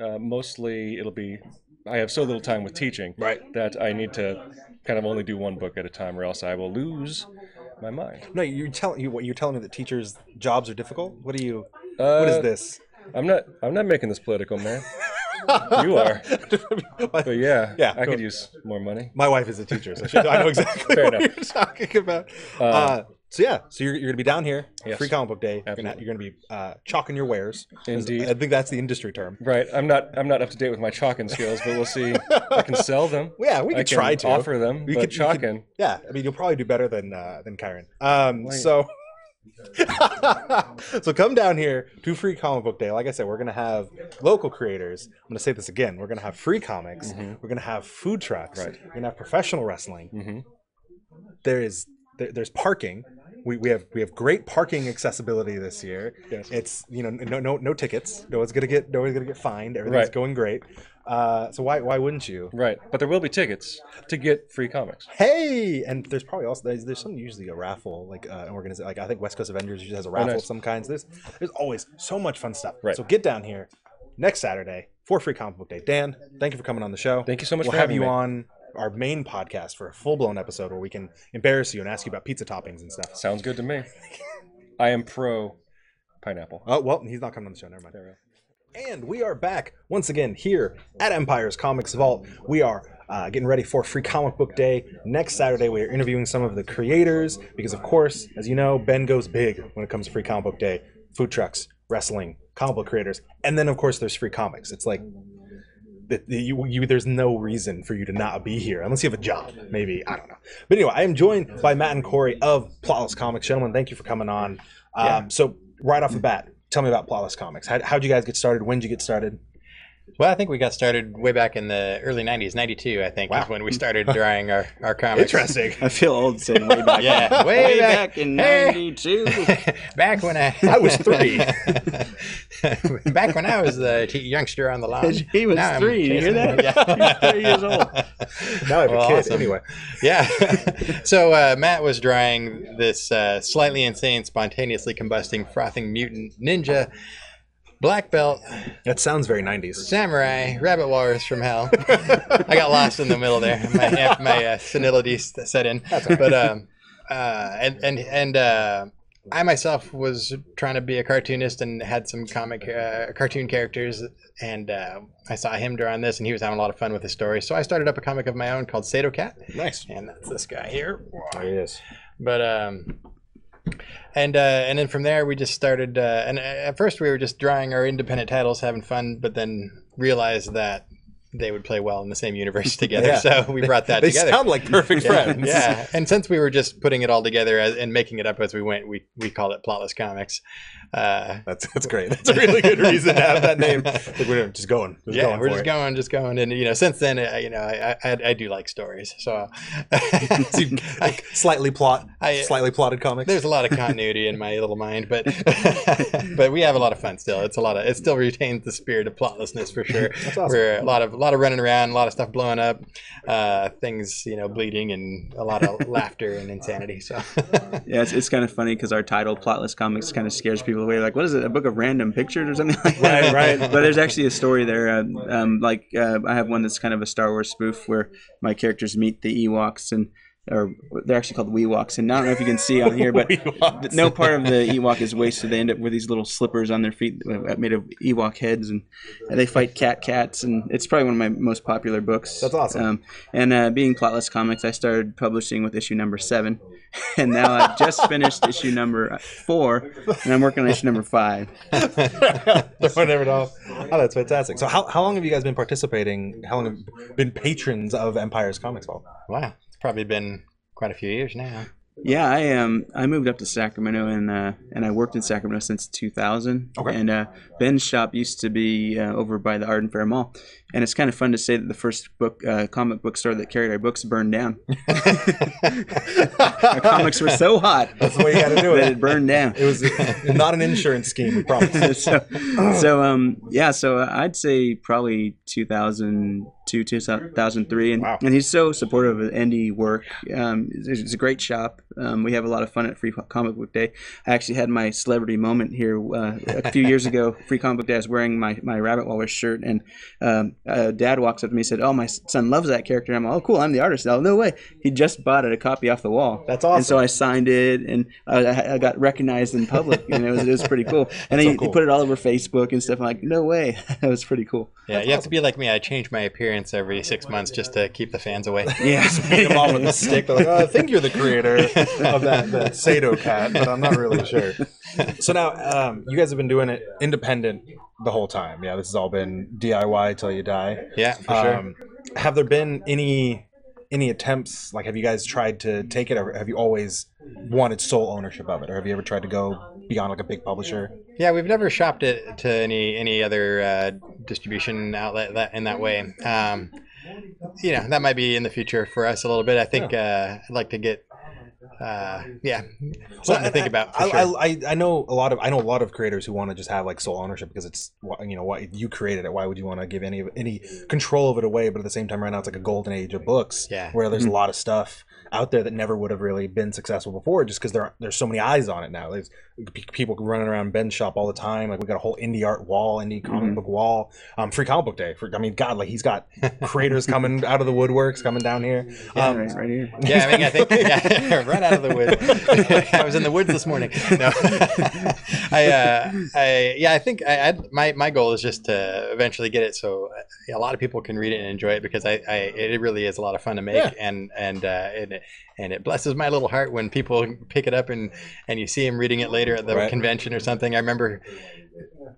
uh, mostly it'll be I have so little time with teaching Right. that I need to kind of only do one book at a time, or else I will lose my mind. No, you're telling you what you're telling me that teachers' jobs are difficult. What are you? Uh, what is this? I'm not I'm not making this political, man. you are, but yeah, Yeah, Mm. I cool. could use more money. My wife is a teacher, so she, I know exactly Fair what enough. you're talking about. Uh, Uh, so yeah, so you're, you're gonna be down here, Yes. free comic book day. You're gonna, Absolutely. you're gonna be uh, chalking your wares. Indeed. I think that's the industry term. Right, I'm not I'm not up to date with my chalking skills, but we'll see. I can sell them. Yeah, we I could can try to offer them. but We could- we could- chalking. Yeah, I mean you'll probably do better than uh, than Kyron. Um, Wait. so so come down here to free comic book day like i said we're gonna have local creators i'm gonna say this again we're gonna have free comics Mhm. we're gonna have food trucks Right. we're gonna have professional wrestling Mhm. there is there, there's parking we, we have we have great parking accessibility this year Yes. it's you know no no no tickets no one's gonna get no one's gonna get fined everything's Right. going great uh, so why why wouldn't you Right. But there will be tickets to get free comics. Hey, and there's probably also there's, there's some usually a raffle like uh, an organization like I think West Coast Avengers usually has a raffle nice. of some kinds. There's there's always so much fun stuff. Right. So get down here next Saturday for Free Comic Book Day. Dan, thank you for coming on the show. Thank you so much We'll for have having you me. on our main podcast for a full blown episode where we can embarrass you and ask you about pizza toppings and stuff. Sounds good to me. I am pro pineapple. Oh well, he's not coming on the show. Never mind. There we go. And we are back once again here at Empire's Comics Vault. We are uh, getting ready for Free Comic Book Day next Saturday. We are interviewing some of the creators because, of course, as you know, Ben goes big when it comes to Free Comic Book Day. Food trucks, wrestling, comic book creators, and then of course there's free comics. It's like that that you, you there's no reason for you to not be here unless you have a job maybe i don't know but anyway i am joined by matt and corey of plotless comics gentlemen thank you for coming on um, so right off the bat tell me about plotless comics How, how'd you guys get started when did you get started Well, I think we got started way back in the early 90s, 92, I think, Wow. is when we started drawing our, our comics. I feel old saying way back. Yeah, way, Way back. back in Hey. '92. back when I, I was three. back when I was the t- youngster on the lawn. He was Now I'm three. You hear chasing- that? He was three years old. now i have Well, a kid awesome. anyway yeah. so uh, Matt was drawing this uh, slightly insane, spontaneously combusting, frothing mutant ninja, black belt, that sounds very 90s samurai, rabbit walrus from hell. I got lost in the middle there. My my uh, senility s- set in. But um, uh, and and and uh, I myself was trying to be a cartoonist and had some comic uh, cartoon characters, and uh, I saw him drawing this, and he was having a lot of fun with the story. So I started up a comic of my own called Sato Cat, nice and that's this guy here. there it is But um, and uh, and then from there we just started. Uh, and uh, at first we were just drawing our independent titles, having fun, but then realized that they would play well in the same universe together. Yeah. So we brought that they together. sound like perfect friends yeah, and since we were just putting it all together as, and making it up as we went, we we called it Plotless Comics. Uh, that's, that's great that's a really good reason to have that name Like, we're just going just yeah, going we're for just it. going, just going, and you know, since then, uh, you know, I I, I do like stories, so Like, slightly plot I- slightly plotted comics There's a lot of continuity in my little mind, but but we have a lot of fun still. It's a lot of it still retains the spirit of plotlessness for sure. awesome. We're a lot of a lot of running around, a lot of stuff blowing up, uh, things you know bleeding, and a lot of laughter and insanity. So Yeah, it's, it's kind of funny because our title, Plotless Comics, kind of scares people away. Like, what is it? A book of random pictures or something like that? Right, right. But there's actually a story there. Um, um, like, uh, I have one that's kind of a Star Wars spoof where my characters meet the Ewoks and. Or they're actually called Weewoks, and I don't know if you can see on here, but th- no part of the Ewok is wasted. They end up with these little slippers on their feet uh, made of Ewok heads, and they fight cat cats. And it's probably one of my most popular books. That's awesome. Um, and uh, being Plotless Comics, I started publishing with issue number seven, and now I've just finished issue number four, and I'm working on issue number five. Whatever it all. Oh, that's fantastic. So, how, how long have you guys been participating? How long have you been patrons of Empire's Comics Vault? wow, it's probably been quite a few years now. Yeah, I um I moved up to Sacramento and uh, and I worked in Sacramento since 2000. Okay. And uh, Ben's shop used to be uh, over by the Arden Fair Mall, and it's kind of fun to say that the first book uh, comic book store that carried our books burned down. Our comics were so hot That's the way you got to do that it it. burned down. It was not an insurance scheme, we promise. so, so um yeah so i'd say probably 2002 2003 and, Wow. and he's so supportive of indie work um it's, it's a great shop um we have a lot of fun at free comic book day i actually had my celebrity moment here uh, a few years ago free comic book day i was wearing my my rabbit walrus shirt and um uh, dad walks up to me and said oh my son loves that character and i'm like oh cool i'm the artist oh no way he just bought it a copy off the wall That's awesome. and so I signed it, and I, I- I got recognized in public, and it was, it was pretty cool. And so they, cool. they put it all over Facebook and stuff. I'm like, no way, that was pretty cool. Yeah, you have to be like me. I change my appearance every six months just to keep the fans away. Yeah, Beat them all with a stick. They're like, oh, I think you're the creator of that, that Sado cat, but I'm not really sure. So now, um, you guys have been doing it independent the whole time. Yeah, this has all been DIY till you die. Yeah, for sure. Um, have there been any any attempts? Like, have you guys tried to take it, or have you always wanted sole ownership of it, or have you ever tried to go beyond like a big publisher? Yeah, we've never shopped it to any any other uh, distribution outlet that in that way. Um, you know, that might be in the future for us a little bit. I think uh, I'd like to get, uh, yeah, something Well, to and think I- about. For I, sure. I, I I know a lot of I know a lot of creators who want to just have like sole ownership because it's wh- you know why you created it. Why would you want to give any of any control of it away? But at the same time, right now it's like a golden age of books, Yeah. where Hmm. there's a lot of stuff out there that never would have really been successful before, just because there are, there's so many eyes on it now. There's p- people running around Ben's shop all the time. Like we got a whole indie art wall, indie comic Mhm. book wall, um, free comic book day. For, I mean, God, like he's got creators coming out of the woodworks, coming down here. Yeah, Um, right, right here. yeah, I mean, I think yeah, right out of the woods. I was in the woods this morning. No, I, uh, I, yeah, I think I, I'd, my my goal is just to eventually get it so uh, a lot of people can read it and enjoy it because I, I it really is a lot of fun to make Yeah. and and uh, and it, and it blesses my little heart when people pick it up and and you see them reading it later at the Right. convention or something. I remember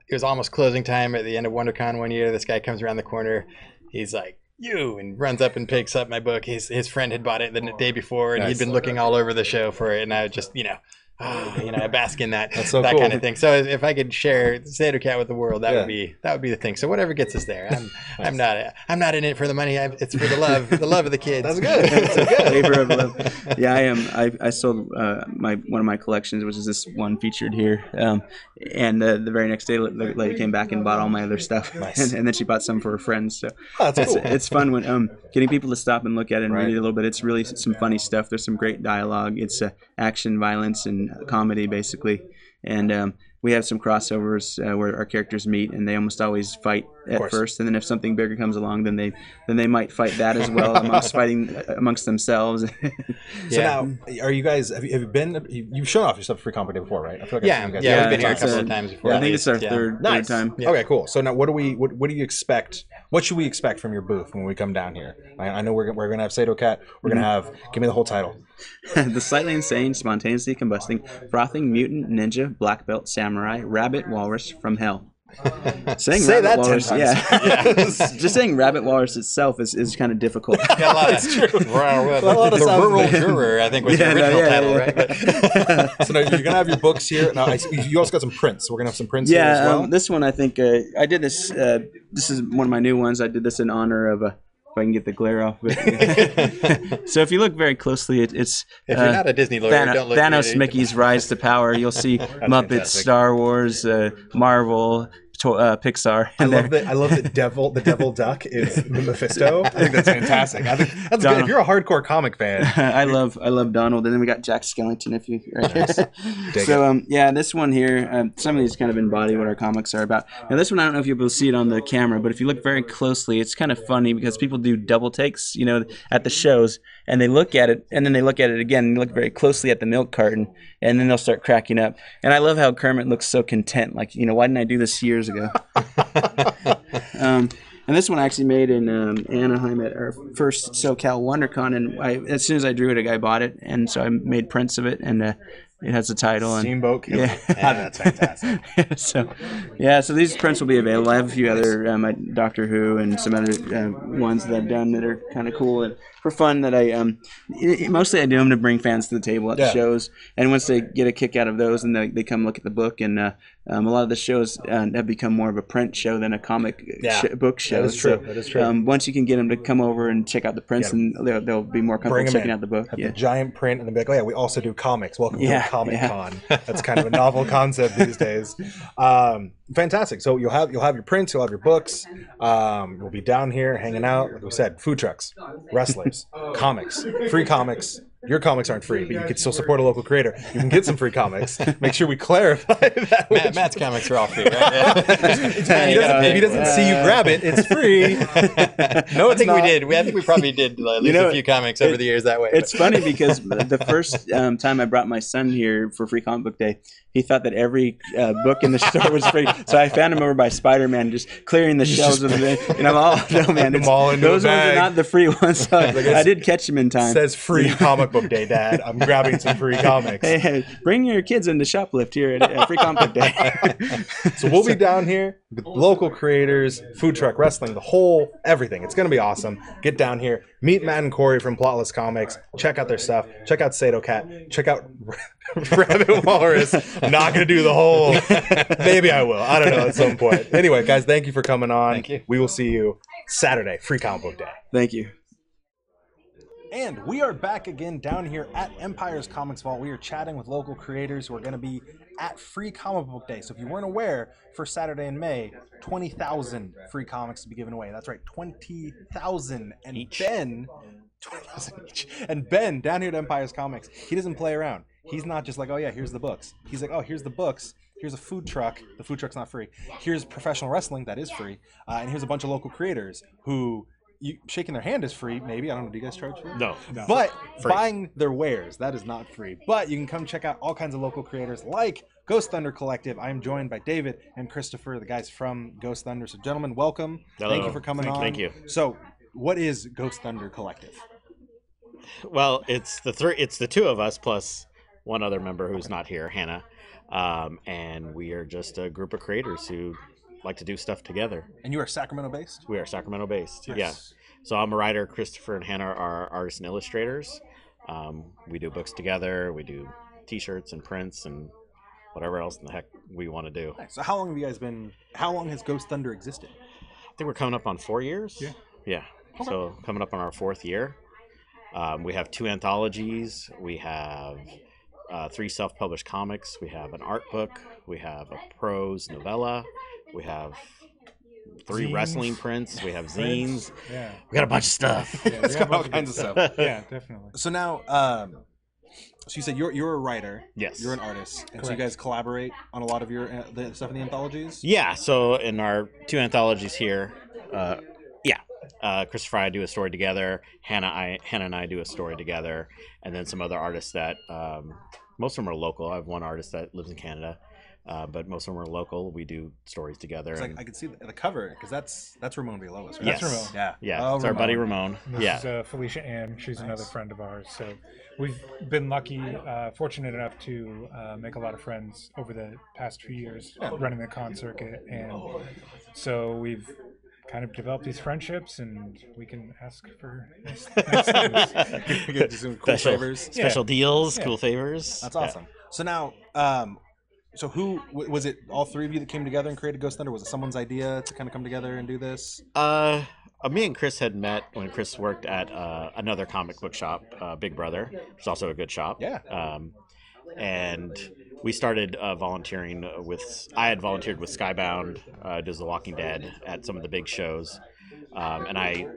it was almost closing time at the end of WonderCon one year. This guy comes around the corner. He's like, "You!" and runs up and picks up my book. His his friend had bought it the day before, and Nice. he'd been looking all over the show for it. And I just, you know, ah, you know, I bask in that That's so that cool. kind of thing. So if- if I could share Seder Cat with the world, that Yeah. would be that would be the thing. So whatever gets us there, I'm I'm not I'm not in it for the money. I'm, it's for the love, the love of the kids. That's good. That's good. Labor of love. Yeah, I am. I, I sold uh, my one of my collections, which is this one featured here. Um, and uh, the very next day, the lady came back and bought all my other stuff, and, and then she bought some for her friends. So Oh, that's it's, cool. it's fun when um, getting people to stop and look at it and Right. read it a little bit. It's really some funny stuff. There's some great dialogue. It's uh, action, violence, and comedy basically. And um, we have some crossovers uh, where our characters meet, and they almost always fight at course. first. And then if something bigger comes along, then they then they might fight that as well amongst fighting amongst themselves. So Yeah. now, are you guys? Have you, have you been? you- You've shown off your stuff at Free Comedy before, right? I feel like I've Yeah, seen you guys yeah, do we've it been here a times. couple it's, of uh, times before. I at think it's our least, yeah. third Nice. third time. Okay, cool. So now, what do we? What, what do you expect? What should we expect from your booth when we come down here? I, I know we're, gonna- we're gonna have Sato Cat. We're gonna have. Give me the whole title. Mm-hmm. the slightly insane, spontaneously combusting, frothing mutant ninja, black belt samurai, rabbit walrus from hell. Saying Say rabbit that 10 walrus, times. yeah. Just saying rabbit walrus itself is, is kind of difficult. Yeah, a lot of, rural- A lot of the sounds rural like- juror, I think, was Yeah, the no, original yeah, title, yeah. right? But- So now you're gonna have your books here. Now I, you also got some prints. We're gonna have some prints here as yeah, well. um, this one I think uh, I did this. Uh, this is one of my new ones. I did this in honor of a. If I can get the glare off. of it. so if you look very closely, it, it's if you're uh, not a Disney lawyer, Thano- don't look Thanos, at it. Mickey's rise to power. You'll see Muppets, fantastic. Star Wars, uh, Marvel, to- uh, Pixar. I in love there. that. I love that. Devil, the Devil Duck is Mephisto. I think that's fantastic. I think that's good. If Donald. you're a hardcore comic fan, I love I love Donald, and then we got Jack Skellington. If you right here. so, Dig so, um, yeah, this one here, um, some of these kind of embody what our comics are about. Now this one I don't know if you'll be able to see it on the camera, but if you look very closely, it's kind of funny because people do double takes, you know, at the shows, and they look at it, and then they look at it again, and they look very closely at the milk carton, and then they'll start cracking up. And I love how Kermit looks so content, like you know, why didn't I do this years ago? Um, and this one I actually made in um, Anaheim at our first SoCal WonderCon, and I, as soon as I drew it, a guy bought it, and so I made prints of it, and uh, it has a title. And, Steamboat. Killer. Yeah. Ah, that's fantastic. so, yeah, so these prints will be available. I have a few other um, I- Doctor Who and some other uh, ones that I've done that are kind of cool and for fun. That I um, i- i- mostly I do them to bring fans to the table at Yeah. the shows, and once they get a kick out of those, and they, they come look at the book, and uh, um, a lot of the shows uh, have become more of a print show than a comic Yeah. sh- book show. That is true. So, That is true. um, once you can get them to come over and check out the prints, Yeah. and they'll, they'll be more Bring comfortable 'em checking in. out the book. Have Yeah. the giant print and then be like, oh yeah, we also do comics. Welcome Yeah, to Comic yeah. Con. That's kind of a novel concept these days. Um, fantastic. So you'll have you'll have your prints, you'll have your books. Um, you'll be down here hanging out. Like we said, food trucks, wrestlers, comics, free comics. Your comics aren't free, but you can still support a local creator. You can get some free comics. Make sure we clarify that. Matt, Matt's comics are all free, right? Yeah. He You doesn't- gotta if he pay for doesn't it. see you grab it, it's free. No, I it's think we not. did. We, I think we probably did like, at least know, a few comics over it- the years that way. It's funny because the first um, time I brought my son here for Free Comic Book Day, he thought that every uh, book in the store was free. So I found him over by Spider Man, just clearing the shelves of the And I'm all, Oh, no, man, it's, Them all into a those ones bag. are not the free ones. So I did catch him in time. Says free comic book day, Dad. I'm grabbing some free comics. Hey, hey, bring your kids into shoplift here at uh, Free Comic Book Day. So we'll be down here. with local creators, food truck wrestling, the whole everything. It's going to be awesome. Get down here, meet Matt and Corey from Plotless Comics. Check out their stuff. Check out Sato Cat. Check out Rabbit Walrus. Not going to do the whole. Maybe I will. I don't know at some point. Anyway, guys, thank you for coming on. Thank you. We will see you Saturday, Free Comic Book Day. Thank you. And we are back again down here at Empire's Comics Vault. We are chatting with local creators who are going to be at Free Comic Book Day. So if you weren't aware, for Saturday in May, 20,000 free comics to be given away. That's right, 20,000. And Ben, 20,000 each. And Ben down here at Empire's Comics, he doesn't play around. He's not just like, oh yeah, here's the books. He's like, oh, here's the books. Here's a food truck. The food truck's not free. Here's professional wrestling that is free. Uh, and here's a bunch of local creators who you, shaking their hand is free, maybe. I don't know. Do you guys charge for that? No. But buying their wares, that is not free. But you can come check out all kinds of local creators like Ghost Thunder Collective. I am joined by David and Christopher, the guys from Ghost Thunder. So, gentlemen, welcome. Thank Hello. you for coming on. Thank you. So, what is Ghost Thunder Collective? Well, it's the three. It's the two of us plus one other member who's not here, Hannah. Um, and we are just a group of creators who like to do stuff together. And you are Sacramento based? We are Sacramento based. Yeah. So I'm a writer. Christopher and Hannah are artists and illustrators. Um, we do books together. We do T-shirts and prints and whatever else in the heck we want to do. So, how long have you guys been? How long has Ghost Thunder existed? I think we're coming up on four years. Yeah. Yeah. So coming up on our fourth year, um, we have two anthologies. We have uh, three self-published comics. We have an art book. We have a prose novella. We have three Zines. wrestling prints. We have zines. Yeah. We got a bunch of stuff. Yeah, we It's have got all a bunch kinds of good stuff. Yeah, definitely. So, now, um, so you said you're, you're a writer. Yes. You're an artist, and so you guys collaborate on a lot of your uh, the stuff in the anthologies. Yeah, so in our two anthologies here, uh, yeah, uh, Christopher and I do a story together. Hannah, I, Hannah and I do a story together, and then some other artists that um, most of them are local. I have one artist that lives in Canada, uh, but most of them are local. We do stories together. It's like and- I can see the, the cover because that's that's Ramon Villalobos. Right? yes, Ramon. Yeah. yeah, Oh, it's our buddy Ramon. Ramon. And This Yeah, is uh, Felicia Ann. She's another Nice. friend of ours. So we've been lucky, uh, fortunate enough to uh, make a lot of friends over the past few years running the con circuit. And so we've kind of developed these friendships and we can ask for nice, nice things. You get some cool Special. favors. Yeah. special deals, Yeah. cool favors. That's Yeah. awesome. So now, um, so who w- was it? All three of you that came together and created Ghost Thunder. Was it someone's idea to kind of come together and do this? Uh, uh, me and Chris had met when Chris worked at uh, another comic book shop, uh, Big Brother, which is also a good shop. Yeah. Um, and we started uh, volunteering with. I had volunteered with Skybound, uh, does The Walking Dead at some of the big shows, um, and I,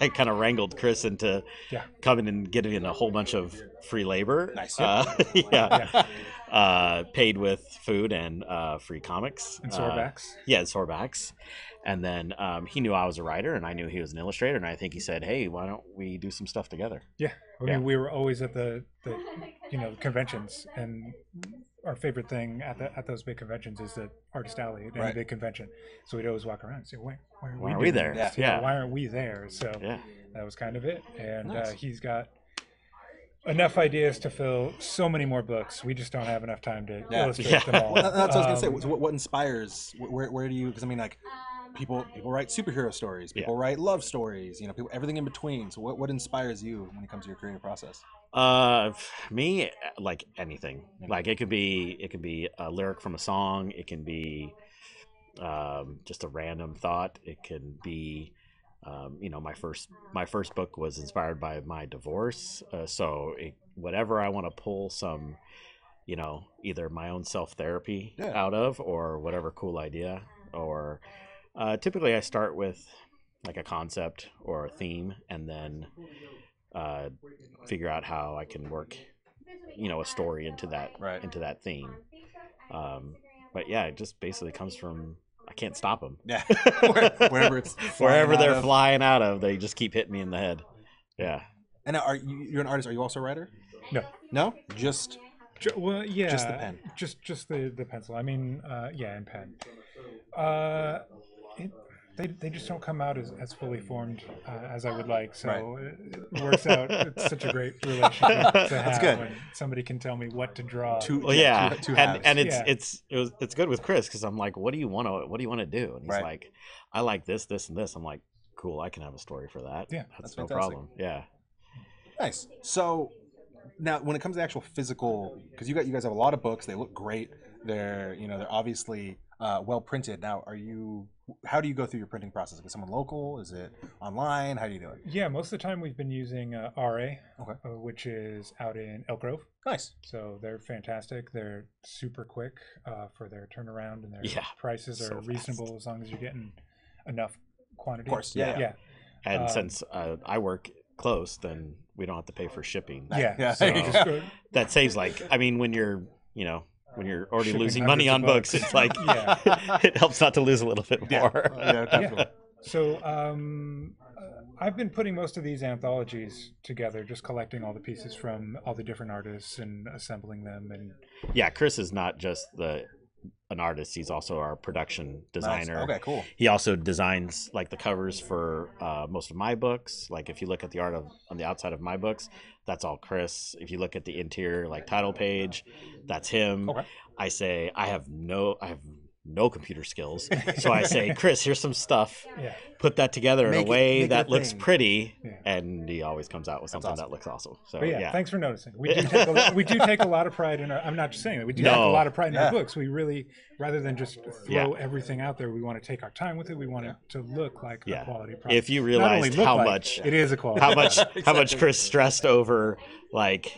I kind of wrangled Chris into Yeah. coming and getting in a whole bunch of free labor. Nice, yeah. Uh, yeah. Uh, paid with food and uh, free comics. And Uh, Sorbax. yeah, it's Horvax. And then um, he knew I was a writer and I knew he was an illustrator. And I think he said, hey, why don't we do some stuff together? I mean, Yeah. we were always at the, the you know conventions, and our favorite thing at the, at those big conventions is the artist alley at any Right. big convention. So we'd always walk around and say, "Why, why aren't Why we, are we doing there? this? Yeah. Yeah. why aren't we there?" So Yeah. that was kind of it. And Nice. uh, he's got enough ideas to fill so many more books. We just don't have enough time to Yeah. illustrate Yeah. them all. Well, that- that's what I was gonna Um, say. So What, what inspires? wh- Where where do you? Because I mean, like people people write superhero stories, people write love stories, you know, people everything in between. So what what inspires you when it comes to your creative process? Uh, f- me, like anything. Like it could be, it could be a lyric from a song. It can be um, just a random thought. It can be, um, you know, my first my first book was inspired by my divorce. Uh, so it, whatever I want to pull some, you know, either my own self therapy Yeah. out of or whatever cool idea. Or uh, typically I start with like a concept or a theme, and then. Uh, figure out how I can work, you know, a story into that Right. into that theme. Um, but yeah, it just basically comes from I can't stop them. Yeah. Where- wherever it's wherever flying they're out of. flying out of, they just keep hitting me in the head. Yeah, And are you, you're an artist? Are you also a writer? No. No. Just Ju- well, yeah, just the pen. just just the the pencil. I mean, uh, yeah, and pen. Uh, it, they, they just don't come out as, as fully formed uh, as I would like. So it, it works out. It's such a great relationship to have That's good. when somebody can tell me what to draw. Two, Well, yeah, Uh, two, two halves. and, and it's Yeah. it's it was it's good with Chris because I'm like, what do you want to what do you want to do? And he's Right. like, I like this, this, and this. I'm like, cool, I can have a story for that. Yeah, that's, that's no fantastic. problem. Yeah, Nice. So now, when it comes to actual physical, because you got you guys have a lot of books, they look great. They're you know they're obviously uh, well printed. Now, are you? How do you go through your printing process? Is it someone local? Is it online? How do you do it? Yeah, most of the time we've been using uh, RA, Okay. uh, which is out in Elk Grove. Nice. So they're fantastic. They're super quick uh, for their turnaround, and their Yeah, prices so are fast. reasonable as long as you're getting enough quantity. course, yeah, yeah. yeah, and Um, since uh, I work close, then we don't have to pay for shipping. yeah. Yeah, So there you just go. go- That saves like, I mean, when you're you know when you're already Shipping losing money on hundreds of books, bucks. it's like Yeah. it helps not to lose a little bit Yeah. more. Uh, yeah, definitely. So um, uh, I've been putting most of these anthologies together, just collecting all the pieces from all the different artists and assembling them. And yeah, Chris is not just the an artist; he's also our production Nice. designer. Okay. Cool. he also designs like the covers for uh, most of my books like if you look at the art of on the outside of my books that's all chris if you look at the interior like title page that's him Okay. i say i have no i have no computer skills so i say chris here's some stuff yeah, put that together Make in it- a way make it that a looks thing." pretty Yeah. and he always comes out with something awesome. that looks awesome so but yeah, yeah, thanks for noticing. We do, take a, lo- we do take a lot of pride in our. I'm not just saying that we do take a No. lot of pride in Yeah. our books. We really, rather than just throw Yeah. everything out there, we want to take our time with it. We want it to look like Yeah. a quality product. if you Not only realized look how like, much it is a quality, how much how much chris stressed over like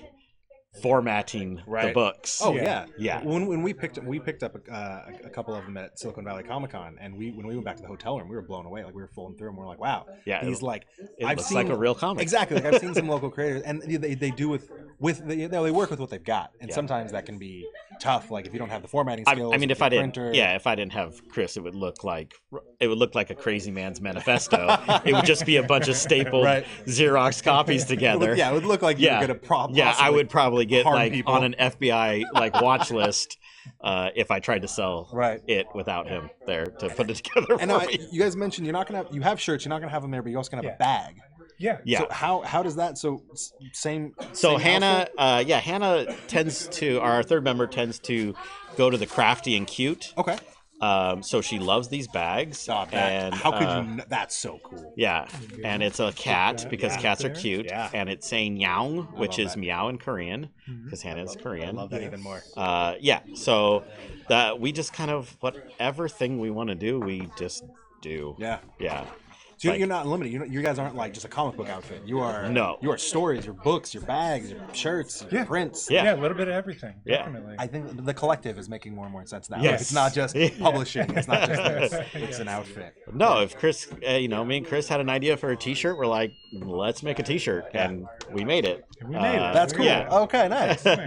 formatting the Right. books Oh yeah. Yeah. Yeah. When, when we picked we picked up uh, a couple of them at Silicon Valley Comic Con, and we when we went back to the hotel room, we were blown away. Like we were fooling through, and we're like, wow. Yeah, These it- like it I've looks seen like a real comic Exactly. Like I've seen some local creators, and they- they, they do with with the, you know, they work with what they've got, and Yeah. sometimes that can be tough. Like if you don't have the formatting I, skills. I mean, with if your I didn't, printer. yeah, if I didn't have Chris, it would look like it would look like a crazy man's manifesto. it would just be a bunch of stapled Right. Xerox copies It would, together. yeah, it would look like you Yeah. were gonna problem. Yeah, I would probably get harm like people. on an FBI like watch list uh, if I tried to sell Right. it without him there to put it together And for now, I- me. you guys mentioned you're not gonna have, you have shirts, you're not gonna have them there, but you're also gonna have a bag. yeah, Yeah. So how how does that? So s- same. So same Hannah, outfit? uh, yeah, Hannah tends to our third member tends to go to the crafty and cute. Okay. Um, so she loves these bags. Oh, that, and how could uh, you? kn- That's so cool. Yeah, and it's a cat that because back cats are there. cute, Yeah. and it's saying "meow," I which love is that. Mm-hmm. meow in Korean Mhm. because Hannah is Korean. I love that even more. Uh, yeah, so that we just kind of whatever thing we want to do, we just do. Yeah. yeah, So Like- you're not limited. You you guys aren't like just a comic book outfit. You are No. You are stories, your books, your bags, your shirts, your Yeah. prints. yeah. yeah, a little bit of everything. Yeah. Definitely. I think the collective is making more and more sense now. Yes. It's not just Yeah. publishing. It's not just this. It's an outfit. No, if Chris, uh, you know, me and Chris had an idea for a T-shirt, we're like, let's make a T-shirt, and we made it. Uh, And we made it. That's cool. Yeah. Okay, nice. that's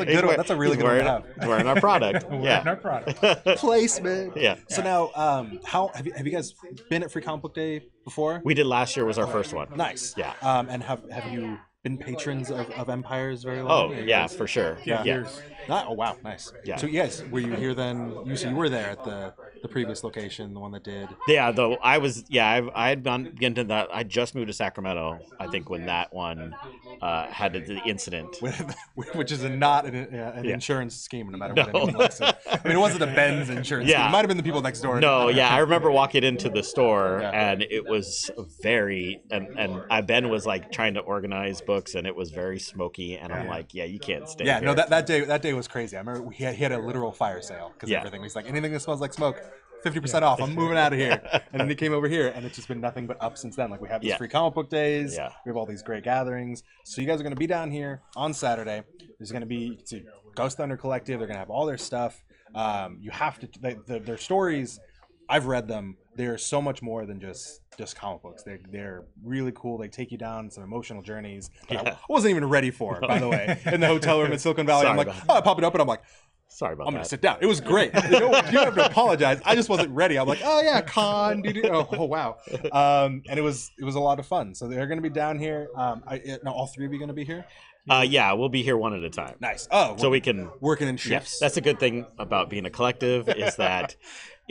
a good one. That's a really good one to have. We're in our product. We're in yeah. our product. Placement. Yeah. So now, um, how have you, have you guys been at Free Comic Book Day before? We did last year was our first one. nice. Yeah. Um, and have have you been patrons of, of Empires very long? Oh yeah, for sure. Yeah. yeah. Not, oh wow, nice. Yeah. So yes, were you here then? You so you were there at the the previous location, the one that did. Yeah, though I was yeah I I had gone been to that I just moved to Sacramento I think when that one uh, had the incident. with, which is a, not an, uh, an Yeah. insurance scheme, no matter what No. anyone looks at. I mean, it wasn't a Benz insurance scheme. Yeah. It might have been the people next door. No, yeah, I remember walking into the store Yeah. and it was very and and I, Ben was like trying to organize books and it was very smoky and I'm like yeah you can't stay. Yeah, no, here. that, that day that day was crazy. I remember he had, he had a literal fire sale because Yeah. everything was like anything that smells like smoke, fifty percent off. I'm moving out of here. And then he came over here, and it's just been nothing but up since then. Like we have these Yeah. free comic book days. Yeah. We have all these great gatherings. So you guys are going to be down here on Saturday. There's going to be it's a Ghost Thunder Collective. They're going to have all their stuff. Um, you have to they, the, their stories. I've read them. They're so much more than just just comic books. They're they're really cool. They take you down some emotional journeys. that I Yeah. wasn't even ready for, by the way, in the hotel room in Silicon Valley. I'm Sorry like, about oh, I pop it up, and I'm like, sorry about I'm gonna that. sit down. It was great. "Oh, You, know, you don't have to apologize. I just wasn't ready. I'm like, oh yeah, con. doo doo." Oh, oh wow. Um, and it was it was a lot of fun. So they're gonna be down here. Um, I, it, no, all three of you gonna be here. Uh, yeah, we'll be here one at a time. Nice. Oh, So we can. working in Yes, shifts. that's a good thing about being a collective is that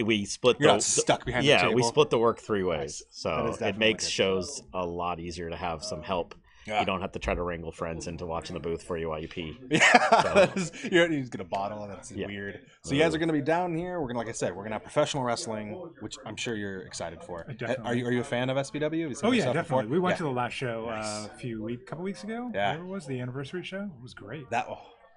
we split You're the, not stuck behind the yeah we table. split the work three ways, That so is it definitely makes good. shows a lot easier to have some help. Yeah. You don't have to try to wrangle friends into watching the booth for you while you pee. Yeah, that is- you're, you just get a bottle. That's Yeah. weird. So you guys are gonna be down here. We're gonna, like I said, we're gonna have professional wrestling, which I'm sure you're excited for. Uh, definitely. Are you are you a fan of SPW? Have you seen Oh their yeah, stuff definitely. before? We went Yeah. to the last show Nice. uh, a few week, couple weeks ago. Yeah. Whatever it was the anniversary show. It was great. that. Oh,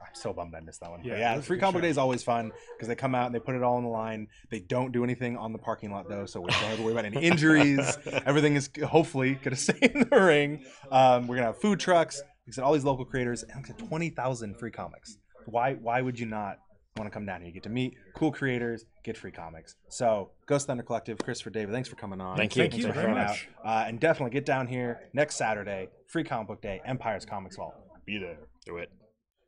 I'm so bummed I missed that one. But Yeah, Yeah, it was a Free good Comic Book show. Day is always fun because they come out and they put it all on the line. They don't do anything on the parking lot though, so we don't have to worry about any injuries. Everything is hopefully gonna stay in the ring. Um, we're gonna have food trucks. Like I said, all these local creators and like I said, twenty thousand free comics. Why why would you not want to come down here? You get to meet cool creators, get free comics. So Ghost Thunder Collective, Christopher David, thanks for coming on. Thank you. Thanks Thank you for very coming much. out. Uh, and definitely get down here next Saturday, Free Comic Book Day, Empire's Comics Vault. Be there. Do it.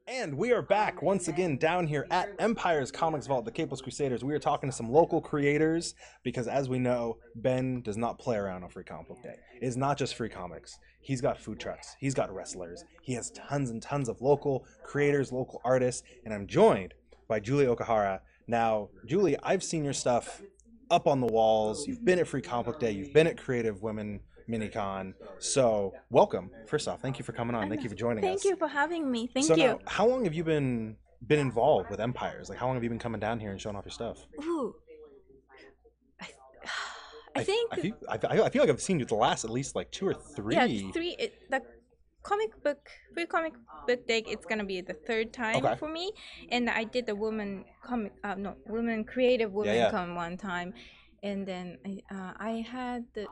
And we are back once again down here at Empire's Comics Vault, the Capeless Crusaders. We are talking to some local creators because, as we know, Ben does not play around on Free Comic Book Day. It's not just free comics. He's got food trucks. He's got wrestlers. He has tons and tons of local creators, local artists. And I'm joined by Julie Okahara. Now, Julie, I've seen your stuff up on the walls. You've been at Free Comic Book Day. You've been at Creative Women MiniCon. So, welcome. First off, thank you for coming on. Thank you for joining us Thank you for having me. Thank so you. Now, how long have you been been involved with Empires? Like, how long have you been coming down here and showing off your stuff? Ooh. I, I think I feel, I, feel- I feel like I've seen you the last at least like two or three. yeah, three. It, the comic book free comic book day. It's gonna be the third time Okay. for me, and I did the woman comic. Uh, no, woman creative woman yeah. con one time, and then I, uh, I had the.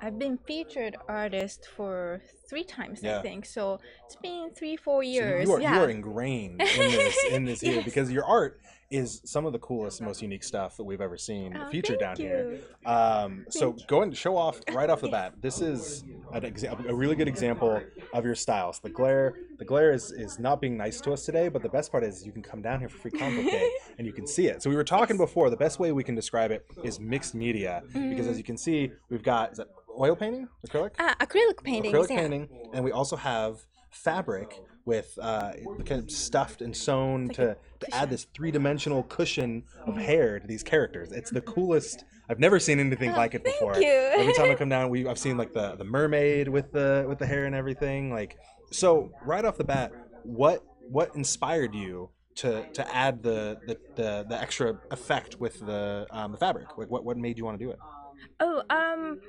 I've been featured artist for three times, Yeah. I think. So it's been three, four So years. you, are, yeah. you are ingrained in this in this here Yes. because your art is some of the coolest, most unique stuff that we've ever seen Oh, featured down thank here. you. Um, so Thank you. go and show off right off the Yes. bat. This is an exa- a really good example of your styles. The glare, the glare is is not being nice to us today, but the best part is you can come down here for free comic book day and you can see it. So we were talking before. The best way we can describe it is mixed media because Mm-hmm. as you can see, we've got is that oil painting, acrylic, Ah, acrylic paintings. acrylic yeah. painting, and we also have fabric with uh, kind of stuffed and sewn It's like Mm. to, to add this three-dimensional cushion of hair to these characters it's the coolest i've never seen anything Oh, like it thank before you. every time i come down we i've seen like the, the mermaid with the with the hair and everything like so right off the bat what what inspired you to to add the the, the, the extra effect with the um, the fabric like what, what made you want to do it Oh, um,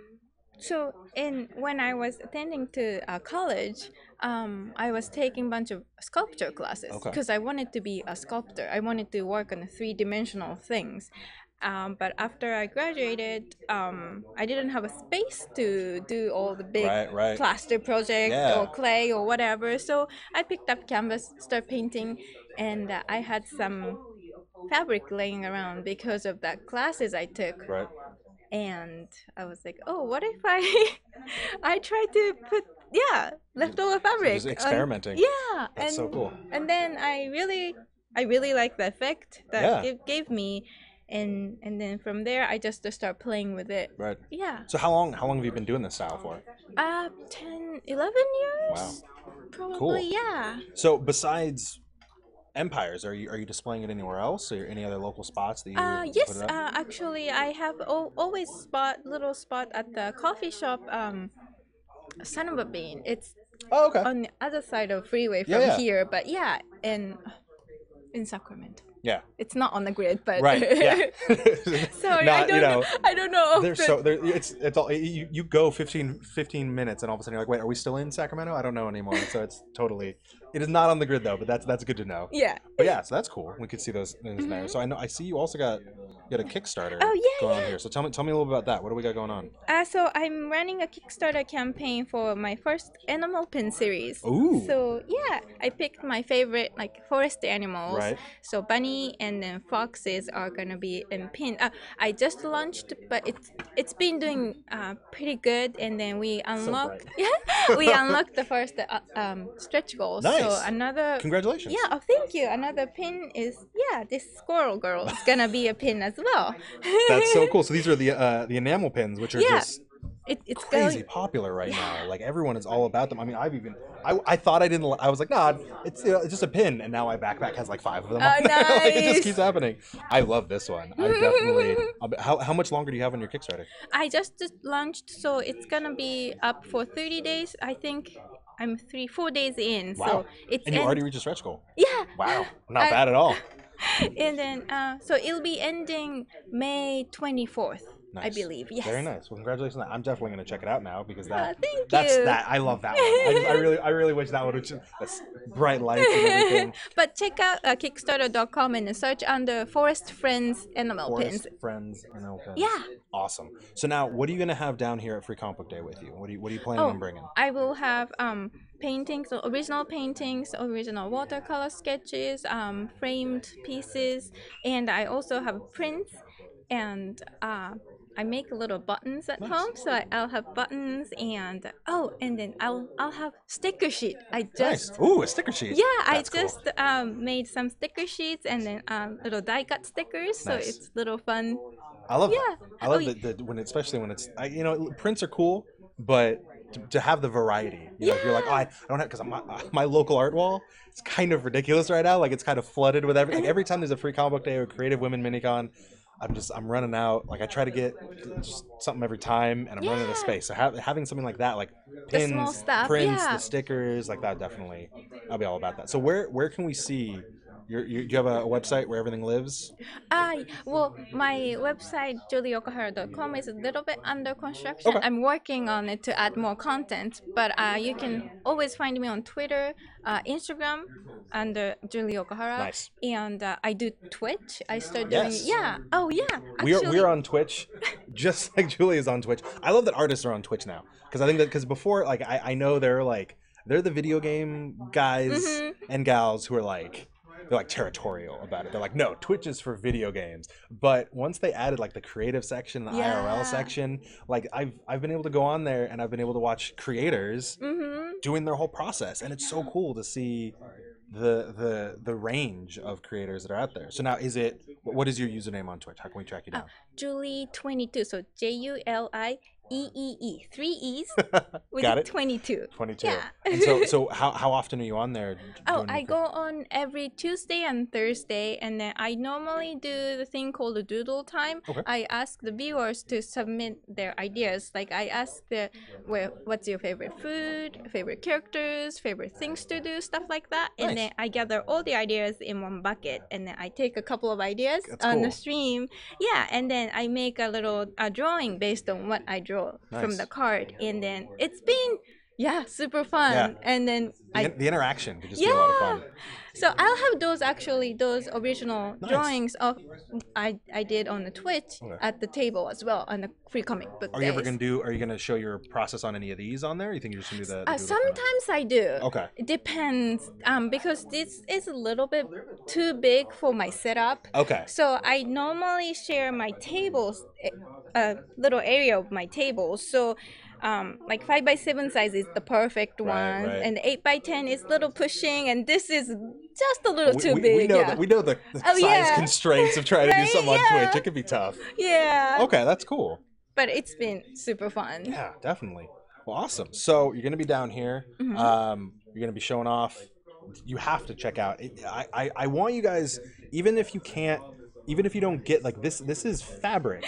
so in when I was attending to uh, college, um, I was taking a bunch of sculpture classes Okay. because I wanted to be a sculptor. I wanted to work on three dimensional things. Um, but after I graduated, um, I didn't have a space to do all the big Right, right. plaster project Yeah. or clay or whatever. So I picked up canvas, start painting, and uh, I had some fabric laying around because of the classes I took right and I was like, oh, what if I I try to put yeah leftover fabric? just on- experimenting yeah, that's and so cool and then I really I really like the effect that Yeah. it gave me, and and then from there I just start playing with it. right Yeah, so how long how long have you been doing this style for uh, 10, 11 years, probably. Yeah. So besides empires, are you are you displaying it anywhere else, or any other local spots that you? Uh, you yes, put uh, it up? actually, I have al- always spot little spot at the coffee shop. Um, Son of a Bean. It's oh, okay. on the other side of freeway Yeah, from yeah. here, but yeah, in in Sacramento. yeah. It's not on the grid, but Right. Yeah. Sorry, I Not, don't you know, know. I don't know. There's but- so there, it's it's all you, you go 15, 15 minutes and all of a sudden you're like wait are we still in Sacramento I don't know anymore so it's totally it is not on the grid though but that's that's good to know yeah. Mm-hmm. but yeah so that's cool we could see those things there so I know I see you also got you got a Kickstarter Oh, yeah, going on yeah. here so tell me tell me a little bit about that what do we got going on Uh, so I'm running a Kickstarter campaign for my first animal pin series. Ooh. So yeah, I picked my favorite like forest animals. Right. So bunny and then foxes are gonna be in pin. Uh, I just launched, but it's it's been doing uh, pretty good. And then we unlocked yeah, we unlocked the first uh, um, stretch goal. So Nice. another congratulations yeah, oh, thank you. Another pin is yeah. This squirrel girl is gonna be a pin as well. that's so cool so these are the uh, the enamel pins which are Yeah. just It, it's crazy going. popular right now. Like everyone is all about them. I mean, I've even I, I thought I didn't. li- I was like, nah, it's, you know, it's just a pin, and now my backpack has like five of them. Oh, on there. like, it just nice. keeps happening. I love this one. I definitely. I'll be- how how much longer do you have on your Kickstarter? I just launched, so it's gonna be up for 30 days. I think I'm three, four days in. Wow. So it's And you end- already reached a stretch goal. yeah. Wow, not I- bad at all. and then uh, so it'll be ending May 24th, I Nice. believe. Yes. Very nice. Well, congratulations. on that. I'm definitely going to check it out now because Ah, that thank that's you. that. I love that one. I, I really I really wish that would have just that's bright lights and everything. but check out uh, Kickstarter.com and search under Forest Friends Animal Forest Pins. friends and open. Yeah. Awesome. So now, what are you going to have down here at Free Comic Book Day with you? What do you What are you planning Oh. on bringing? I will have um, paintings, original paintings, original watercolor sketches, um, framed pieces, and I also have prints. And uh, I make little buttons at home, so I- I'll have buttons and oh, and then I'll I'll have sticker sheet. I just nice. Ooh, a sticker sheet. Yeah, I That's cool. just um, made some sticker sheets and then um, little die cut stickers, so Nice. it's little fun. I love that. yeah. I love Oh, y- that that when especially when it's I, you know prints are cool, but to, to have the variety, you know, if you're like oh, I, I don't have because my, my local art wall it's kind of ridiculous right now. Like it's kind of flooded with every like every time there's a free comic book day or creative women minicon. I'm just I'm running out. Like I try to get just something every time, and I'm running out of Yeah. space. So ha- having something like that, like The pins, small stuff, prints, yeah. the stickers, like that definitely, I'll be all about that. So where where can we see? Your, you, you have a website where everything lives. I well, my website juliokohara.com is a little bit under construction. Okay. I'm working on it to add more content, but uh, you can always find me on Twitter, uh, Instagram under Julie Okahara, Nice. and uh, I do Twitch. I start doing Yes. yeah. Oh yeah, we are actually, we are on Twitch, just like Julie is on Twitch. I love that artists are on Twitch now because I think that because before like I, I know they're like they're the video game guys Mhm. and gals who are like they're like territorial about it. They're like no Twitch is for video games. But once they added like the creative section, the Yeah. IRL section, like I've I've been able to go on there and I've been able to watch creators hmm doing their whole process and it's so cool to see the the the range of creators that are out there. So now is it what is your username on Twitch? How can we track you down? Oh, Julie 22. So J U L I E E E. Three E's with Got it. 22. 22. Yeah. and so, so how, how often are you on there? d- Oh, doing your I cr- go on every Tuesday and Thursday, and then I normally do the thing called the doodle time. Okay. I ask the viewers to submit their ideas. Like I ask the, well, what's your favorite food, favorite characters, favorite things to do, stuff like that. Nice. And then I gather all the ideas in one bucket, and then I take a couple of ideas That's on cool. the stream. Yeah, and then I make a little a drawing based on what I draw from Nice. the card, and then it's been. Yeah, super fun. And then The, I in- the interaction could just be a lot of fun. so I'll have those actually those original Nice. drawings of I I did on the Twitch Okay. at the table as well on the free comic book Are you days. ever gonna do? Are you gonna show your process on any of these on there? You think you're just gonna do the? the uh, doodle thing? sometimes I do. Okay. It depends um, because this is a little bit too big for my setup. Okay. So I normally share my tables, eh, a little area of my table. So, um, like five by seven size is the perfect Right, one, right. and eight by ten is little pushing, and this is just a little We, too we, big. we know yeah. that we know the, the Oh, size yeah. constraints of trying to do Right? something on Yeah. Twitch. It could be tough. yeah. Okay, that's cool. But it's been super fun. Yeah, definitely. Well, awesome. So you're gonna be down here. Mhm. Um, you're gonna be showing off. You have to check out. It, I, I I want you guys, even if you can't, even if you don't get like this. This is fabric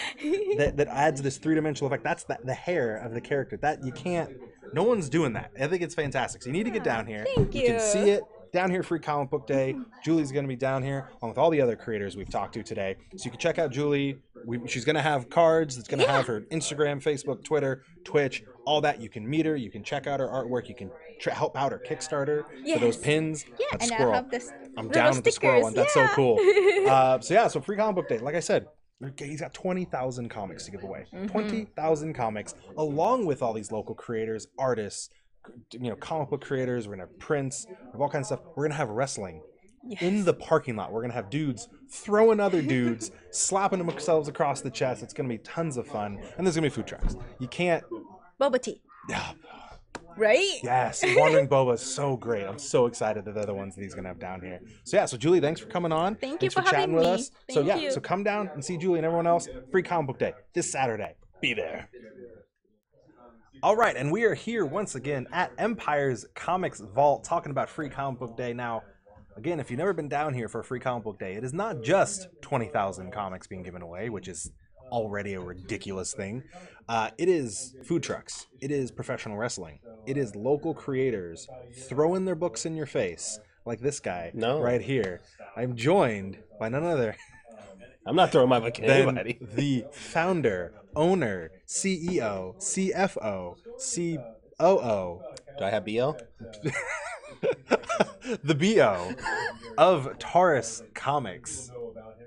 that that adds this three dimensional effect. That's the, the hair of the character. That you can't. No one's doing that. I think it's fantastic. So you need to get down here. Thank You can see you. it down here free comic book day julie's going to be down here along with all the other creators we've talked to today so you can check out julie we, she's going to have cards it's going to have her instagram facebook twitter twitch all that you can meet her you can check out her artwork you can tr- help out her kickstarter for Yes. those pins Yeah, That and squirrel. I have this. I'm little down with the squirrel stickers. one. That's so Yeah. cool. Uh, so yeah, so free comic book day. Like I said, okay, he's got twenty thousand comics to give away. Mm-hmm. thousand comics, along with all these local creators, artists, you know, comic book creators. We're gonna have prints, we have all kinds of stuff. We're gonna have wrestling in the parking lot. We're gonna have dudes throwing other dudes, slapping themselves across the chest. It's gonna be tons of fun, and there's gonna be food trucks. You can't. Boba tea, Yeah, right? Yes, Wandering Boba is so great. I'm so excited that they're the ones that he's gonna have down here. So yeah, so Julie, thanks for coming on. Thank you Thanks for having me. so Thank yeah, you. so come down and see Julie and everyone else. Free comic book day this Saturday. Be there. All right, and we are here once again at Empire's Comics Vault talking about Free Comic Book Day. Now, again, if you've never been down here for Free Comic Book Day, it is not just 20,000 comics being given away, which is already a ridiculous thing. Uh, it is food trucks, it is professional wrestling, it is local creators throwing their books in your face, like this guy No. right here. I'm joined by none other I'm not throwing my book at than anybody. the founder, owner, E CEO, CFO, COO, Do I have BL? the BO of Taurus Comics,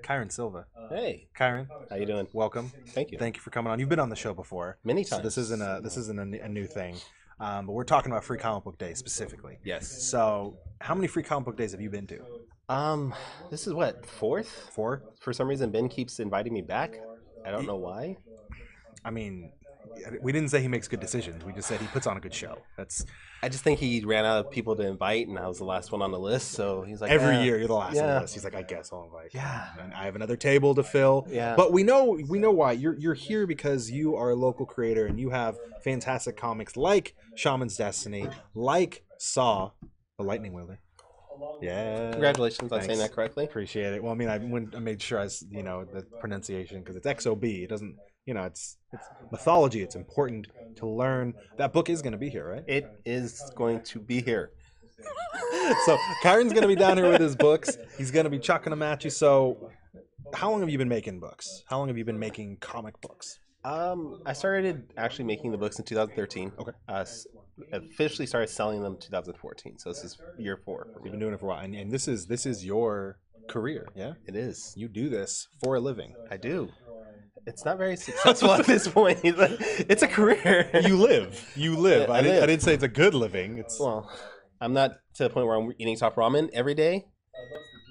Kyron Silva. Hey, Kyron, how you doing? welcome. Thank you. Thank you for coming on. You've been on the show before. Many So times. this isn't a this isn't a, n- a new thing, um, but we're talking about Free Comic Book Day specifically. yes. So, how many Free Comic Book Days have you been to? Um, this is what fourth. Four. For some reason, Ben keeps inviting me back. I don't Ye- know why. I mean, we didn't say he makes good decisions. We just said he puts on a good show. That's I just think he ran out of people to invite, and I was the last one on the list. So he's like, every "Ah, year you're the last on yeah. the list. He's like, I guess I'll invite. you." Yeah. And I have another table to fill. Yeah. But we know we know why you're you're here because you are a local creator and you have fantastic comics like Shaman's Destiny, like Saw, the Lightning Wielder. Yeah. congratulations on saying Thanks. that correctly. Appreciate it. Well, I mean, I, went, I made sure I, s- you know, the pronunciation because it's XOB. It doesn't, you know, it's, it's mythology. It's important to learn. That book is going to be here, right? It is going to be here. so Kyron's gonna be down here with his books. He's gonna be chucking them at you. So, how long have you been making books? How long have you been making comic books? Um, I started actually making the books in 2013. Okay. Uh, s- officially started selling them 2014. So this is year four. for me. You've been doing it for a while, and, and this is this is your career. Yeah, It is. you do this for a living. I do. It's not very successful at this point. It's a career. You live. You live. Yeah, I, I didn't, I live. didn't say it's a good living. It's well, I'm not to the point where I'm eating top ramen every day.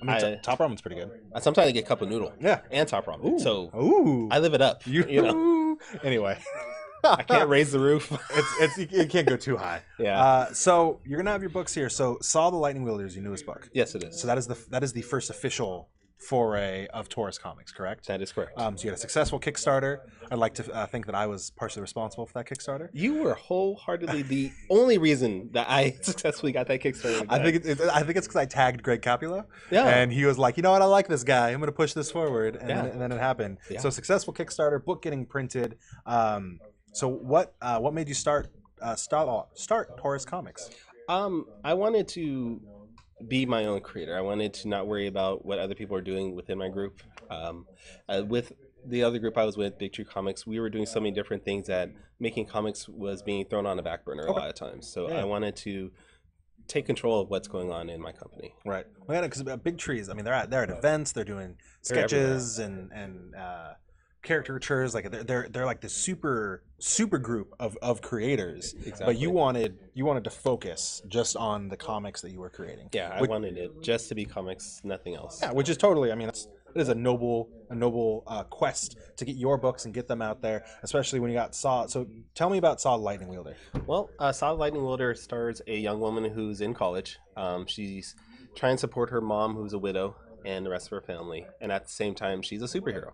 I mean, I- Top- top ramen's pretty good. I sometimes get a cup of noodle Yeah. and top ramen. So Ooh. I live it up. you, you know, Anyway, I can't raise the roof. it's, it's it can't go too high. yeah. Uh, so you're gonna have your books here. So, Saw the Lightning Wielder is your newest book. yes, it is. So that is the that is the first official foray of Taurus Comics, correct? that is correct. Um, so you had a successful Kickstarter. I'd like to uh, think that I was partially responsible for that Kickstarter. you were wholeheartedly the only reason that I successfully got that Kickstarter. I think it's, it's, I think it's because I tagged Greg Capula, Yeah. and he was like, you know what, I like this guy. I'm going to push this forward, and, then, Yeah. and then it happened. Yeah. So successful Kickstarter, book getting printed. Um, so what uh, what made you start uh, start start Taurus Comics? Um, I wanted to be my own creator. I wanted to not worry about what other people are doing within my group. Um, uh, with the other group I was with, Big Tree Comics, we were doing so many different things that making comics was being thrown on the back burner a lot of times. So Yeah. I wanted to take control of what's going on in my company. Right. Well, because big trees. I mean, they're at they're at events. They're doing They're everywhere. sketches and and uh, caricatures. Like they're, they're they're like the super super group of of creators. Exactly. But you wanted you wanted to focus just on the comics that you were creating. yeah, I which, wanted it just to be comics, nothing else. yeah, which is totally. I mean, that's it is a noble a noble uh, quest to get your books and get them out there, especially when you got Saw. So tell me about Saw the Lightning Wielder. Well, uh, Solid Lightning Wielder stars a young woman who's in college. Um, she's trying to support her mom, who's a widow, and the rest of her family. And at the same time, she's a superhero.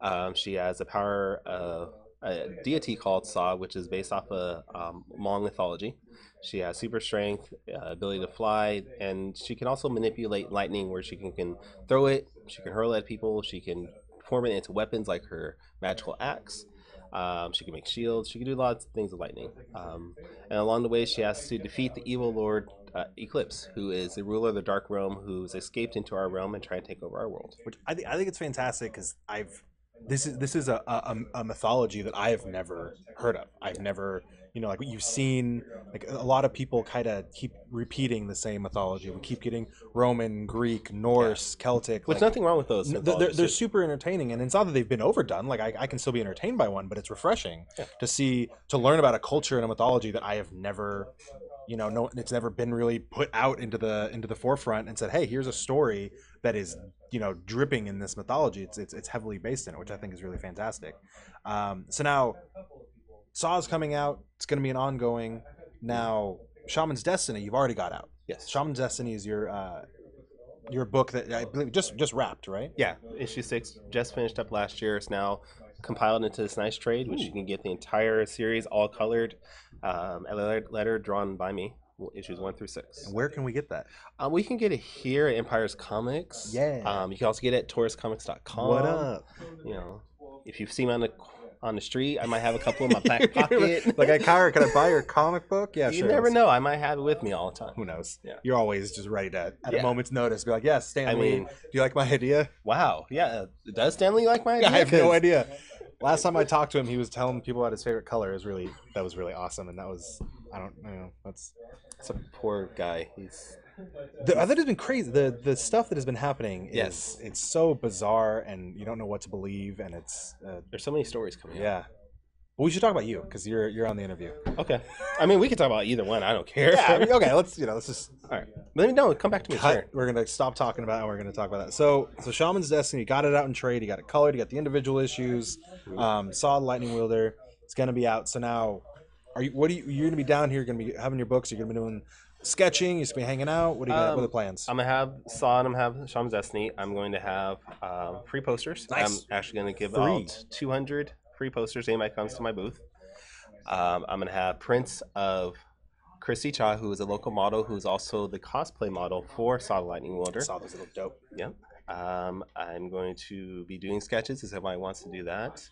Um, she has the power of a deity called Sa, which is based off of um, Mong mythology. She has super strength, uh, ability to fly, and she can also manipulate lightning where she can, can throw it, she can hurl it at people, she can form it into weapons like her magical axe. Um, she can make shields. She can do lots of things with lightning. Um, and along the way, she has to defeat the evil lord uh, Eclipse, who is the ruler of the Dark Realm, who's escaped into our realm and trying to take over our world. which I, th- I think it's fantastic because I've this is this is a, a a mythology that I have never heard of. I've never you know like you've seen like a lot of people kind of keep repeating the same mythology. We keep getting Roman, Greek, Norse, Celtic. Which like, nothing wrong with those. n- they're, they're, mythologies. they're super entertaining, and it's not that they've been overdone. Like I, I can still be entertained by one, but it's refreshing to see to learn about a culture and a mythology that I have never, you know, no, it's never been really put out into the into the forefront and said, hey, here's a story that is you know dripping in this mythology. It's it's, it's heavily based in it, which I think is really fantastic. Um, so now, Saw's coming out. It's going to be an ongoing. Now, Shaman's Destiny, you've already got out. Yes. Shaman's Destiny is your. Uh, your book that I believe just just wrapped, right? yeah, issue six just finished up last year. It's now compiled into this nice trade, which Hmm. you can get the entire series all colored, um, a letter, letter drawn by me, w- issues one through six. And where can we get that? Um, we can get it here at Empire's Comics. Yeah. Um, you can also get it at TaurusComics.com. What up? You know, if you've seen me on the on the street, I might have a couple in my back pocket. like, I, Kyra, can I buy your comic book? Yeah, you sure. never let's- know. I might have it with me all the time. Who knows? Yeah. You're always just ready to, at a Yeah. moment's notice, be like, yes, Stan I Lee, mean- do you like my idea? Wow. Yeah. uh, Does Stanley like my idea? I have no 'Cause- idea. Last time I talked to him, he was telling people about his favorite color. Is really that was really awesome, and that was I don't you know that's It's a poor guy. He's the that has been crazy. The the stuff that has been happening. Is, Yes. it's so bizarre, and you don't know what to believe, and it's uh, there's so many stories coming. out. yeah. Well, we should talk about you because you're you're on the interview. Okay. I mean, we can talk about either one. I don't care. Yeah, I mean, okay. Let's you know let's just Let me know. Come back to me. cut. Sure. We're gonna stop talking about it. and We're gonna talk about that. So, so Shaman's Destiny. You got it out in trade. You got it colored. You got the individual issues. Um, saw the Lightning Wielder. It's gonna be out. So now, are you? What do you? You're gonna be down here. You're gonna be having your books. You're gonna be doing sketching. You're just gonna be hanging out. What are you? Gonna, what are Um, the plans? I'm gonna have Saw and I'm gonna have Shaman's Destiny. I'm going to have um, free posters. Nice. I'm actually gonna give Free. out 200 free posters. Anybody comes to my booth. Um, I'm gonna have prints of Christy Cha, who is a local model, who's also the cosplay model for Saw the Lightning Wielder. saw those little dope. Yep. Um, I'm going to be doing sketches if anybody wants to do that.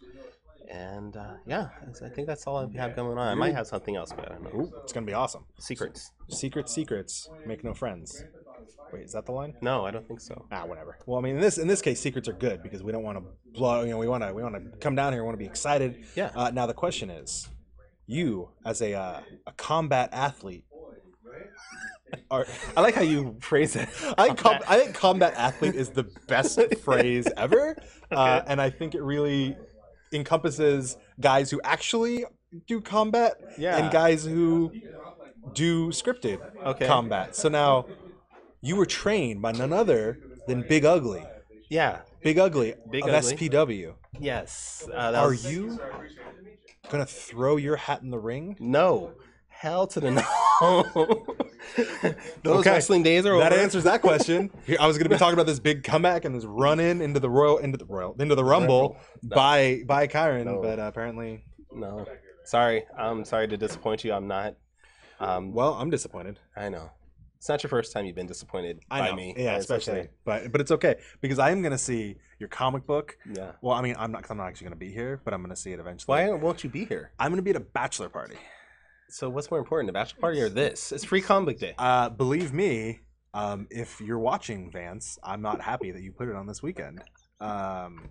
And uh, yeah, that's- I think that's all I have going on. I might have something else, but I don't know. Ooh, it's gonna be awesome. Secrets. Secret secrets make no friends. Wait, is that the line? No, I don't think so. Ah, whatever. Well, I mean, in this in this case, secrets are good because we don't want to blow. You know, we want to we want to come down here. We want to be excited. Yeah. Uh, now the question is, you as a uh, a combat athlete. Are, I like how you phrase it. I think, com- I think combat athlete is the best phrase ever, uh, and I think it really encompasses guys who actually do combat Yeah. and guys who do scripted Okay. combat. So now you were trained by none other than Big Ugly. yeah. Big Ugly Big of Ugly. SPW. Yes. Uh, that Are was- you gonna throw your hat in the ring? No. Hell to the no. Those Okay. wrestling days are That over. answers that question. I was gonna be talking about this big comeback and this run in into the royal into the royal into the rumble by by Kyron, No. but uh, apparently, No. Sorry. I'm sorry to disappoint you. I'm not. Um, well, I'm disappointed. I know. It's not your first time you've been disappointed I by know. me. yeah, That's what I'm especially, saying. but but it's okay because I am gonna see your comic book. Yeah. Well, I mean, I'm not. 'cause I'm not actually gonna be here, but I'm gonna see it eventually. Why won't you be here? I'm gonna be at a bachelor party. So what's more important, the bachelor party or this? It's free comic day. Uh, believe me, um, if you're watching Vance, I'm not happy that you put it on this weekend. Um,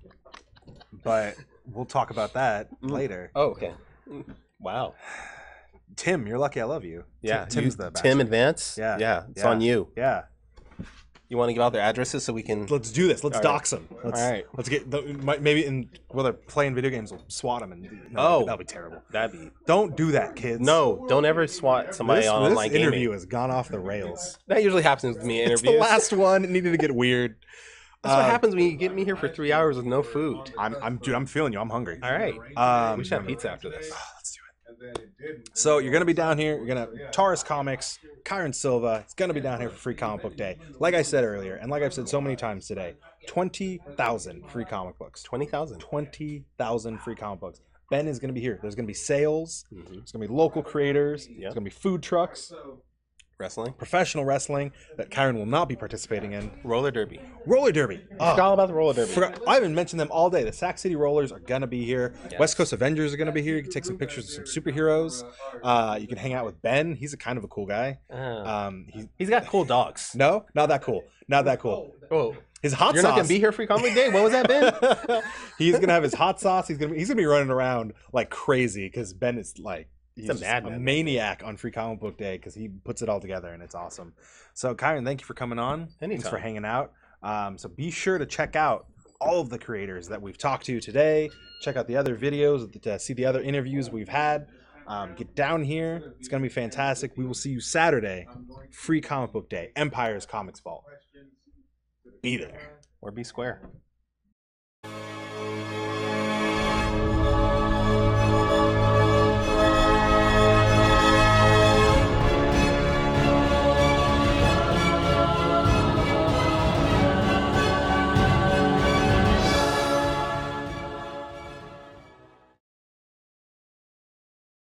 but we'll talk about that later. Oh, okay. Mm. Wow. Tim, you're lucky. I love you. Tim- Yeah. Tim's you- the best. Tim Advance. Yeah, Yeah. It's yeah. on you. Yeah, You want to give out their addresses so we can. let's do this. Let's All right. dox him. Let's, All right. Let's get the, might- maybe in while they're playing video games, we'll swat him and no, Oh. that'll be terrible. That'd be. Don't do that, kids. No, don't ever swat somebody This, on this online interview gaming. has gone off the rails. That usually happens with me in It's the interviews. last one. It needed to get weird. That's what Uh, happens when you get me here for three hours with no food. I'm, I'm, dude. I'm feeling you. I'm hungry. All right. Um, we should have pizza after this. Let's do it. So you're gonna be down here. You're gonna Taurus Comics, Kyron Silva. It's gonna be down here for Free Comic Book Day. Like I said earlier, and like I've said so many times today, twenty thousand free comic books. 20,000. Twenty thousand free comic books. Ben is gonna be here. There's gonna be sales. Mm-hmm. There's gonna be local creators. There's gonna be food trucks, Wrestling. professional wrestling that Kyron will not be participating in. Roller derby. Roller derby. Oh, Forgot all about the roller derby. Forgot, I haven't mentioned them all day. The Sac City Rollers are gonna be here. West Coast Avengers are gonna be here. You can take some pictures of some superheroes. Uh, you can hang out with Ben. He's a kind of a cool guy. Uh, Um, he, he's got cool dogs. no, not that cool. Not that cool. Oh, His hot you're not sauce. going to be here for Comic Day? What was that, Ben? he's gonna have his hot sauce. He's gonna be, he's gonna be running around like crazy because Ben is like he's a just madman. a maniac on Free Comic Book Day because he puts it all together and it's awesome. So Kyron, thank you for coming on. Thanks for Anytime. hanging out. Um, so be sure to check out all of the creators that we've talked to today. Check out the other videos to see the other interviews we've had. Um, get down here. It's gonna be fantastic. We will see you Saturday, Free Comic Book Day, Empire's Comics Vault. Be there. or be square.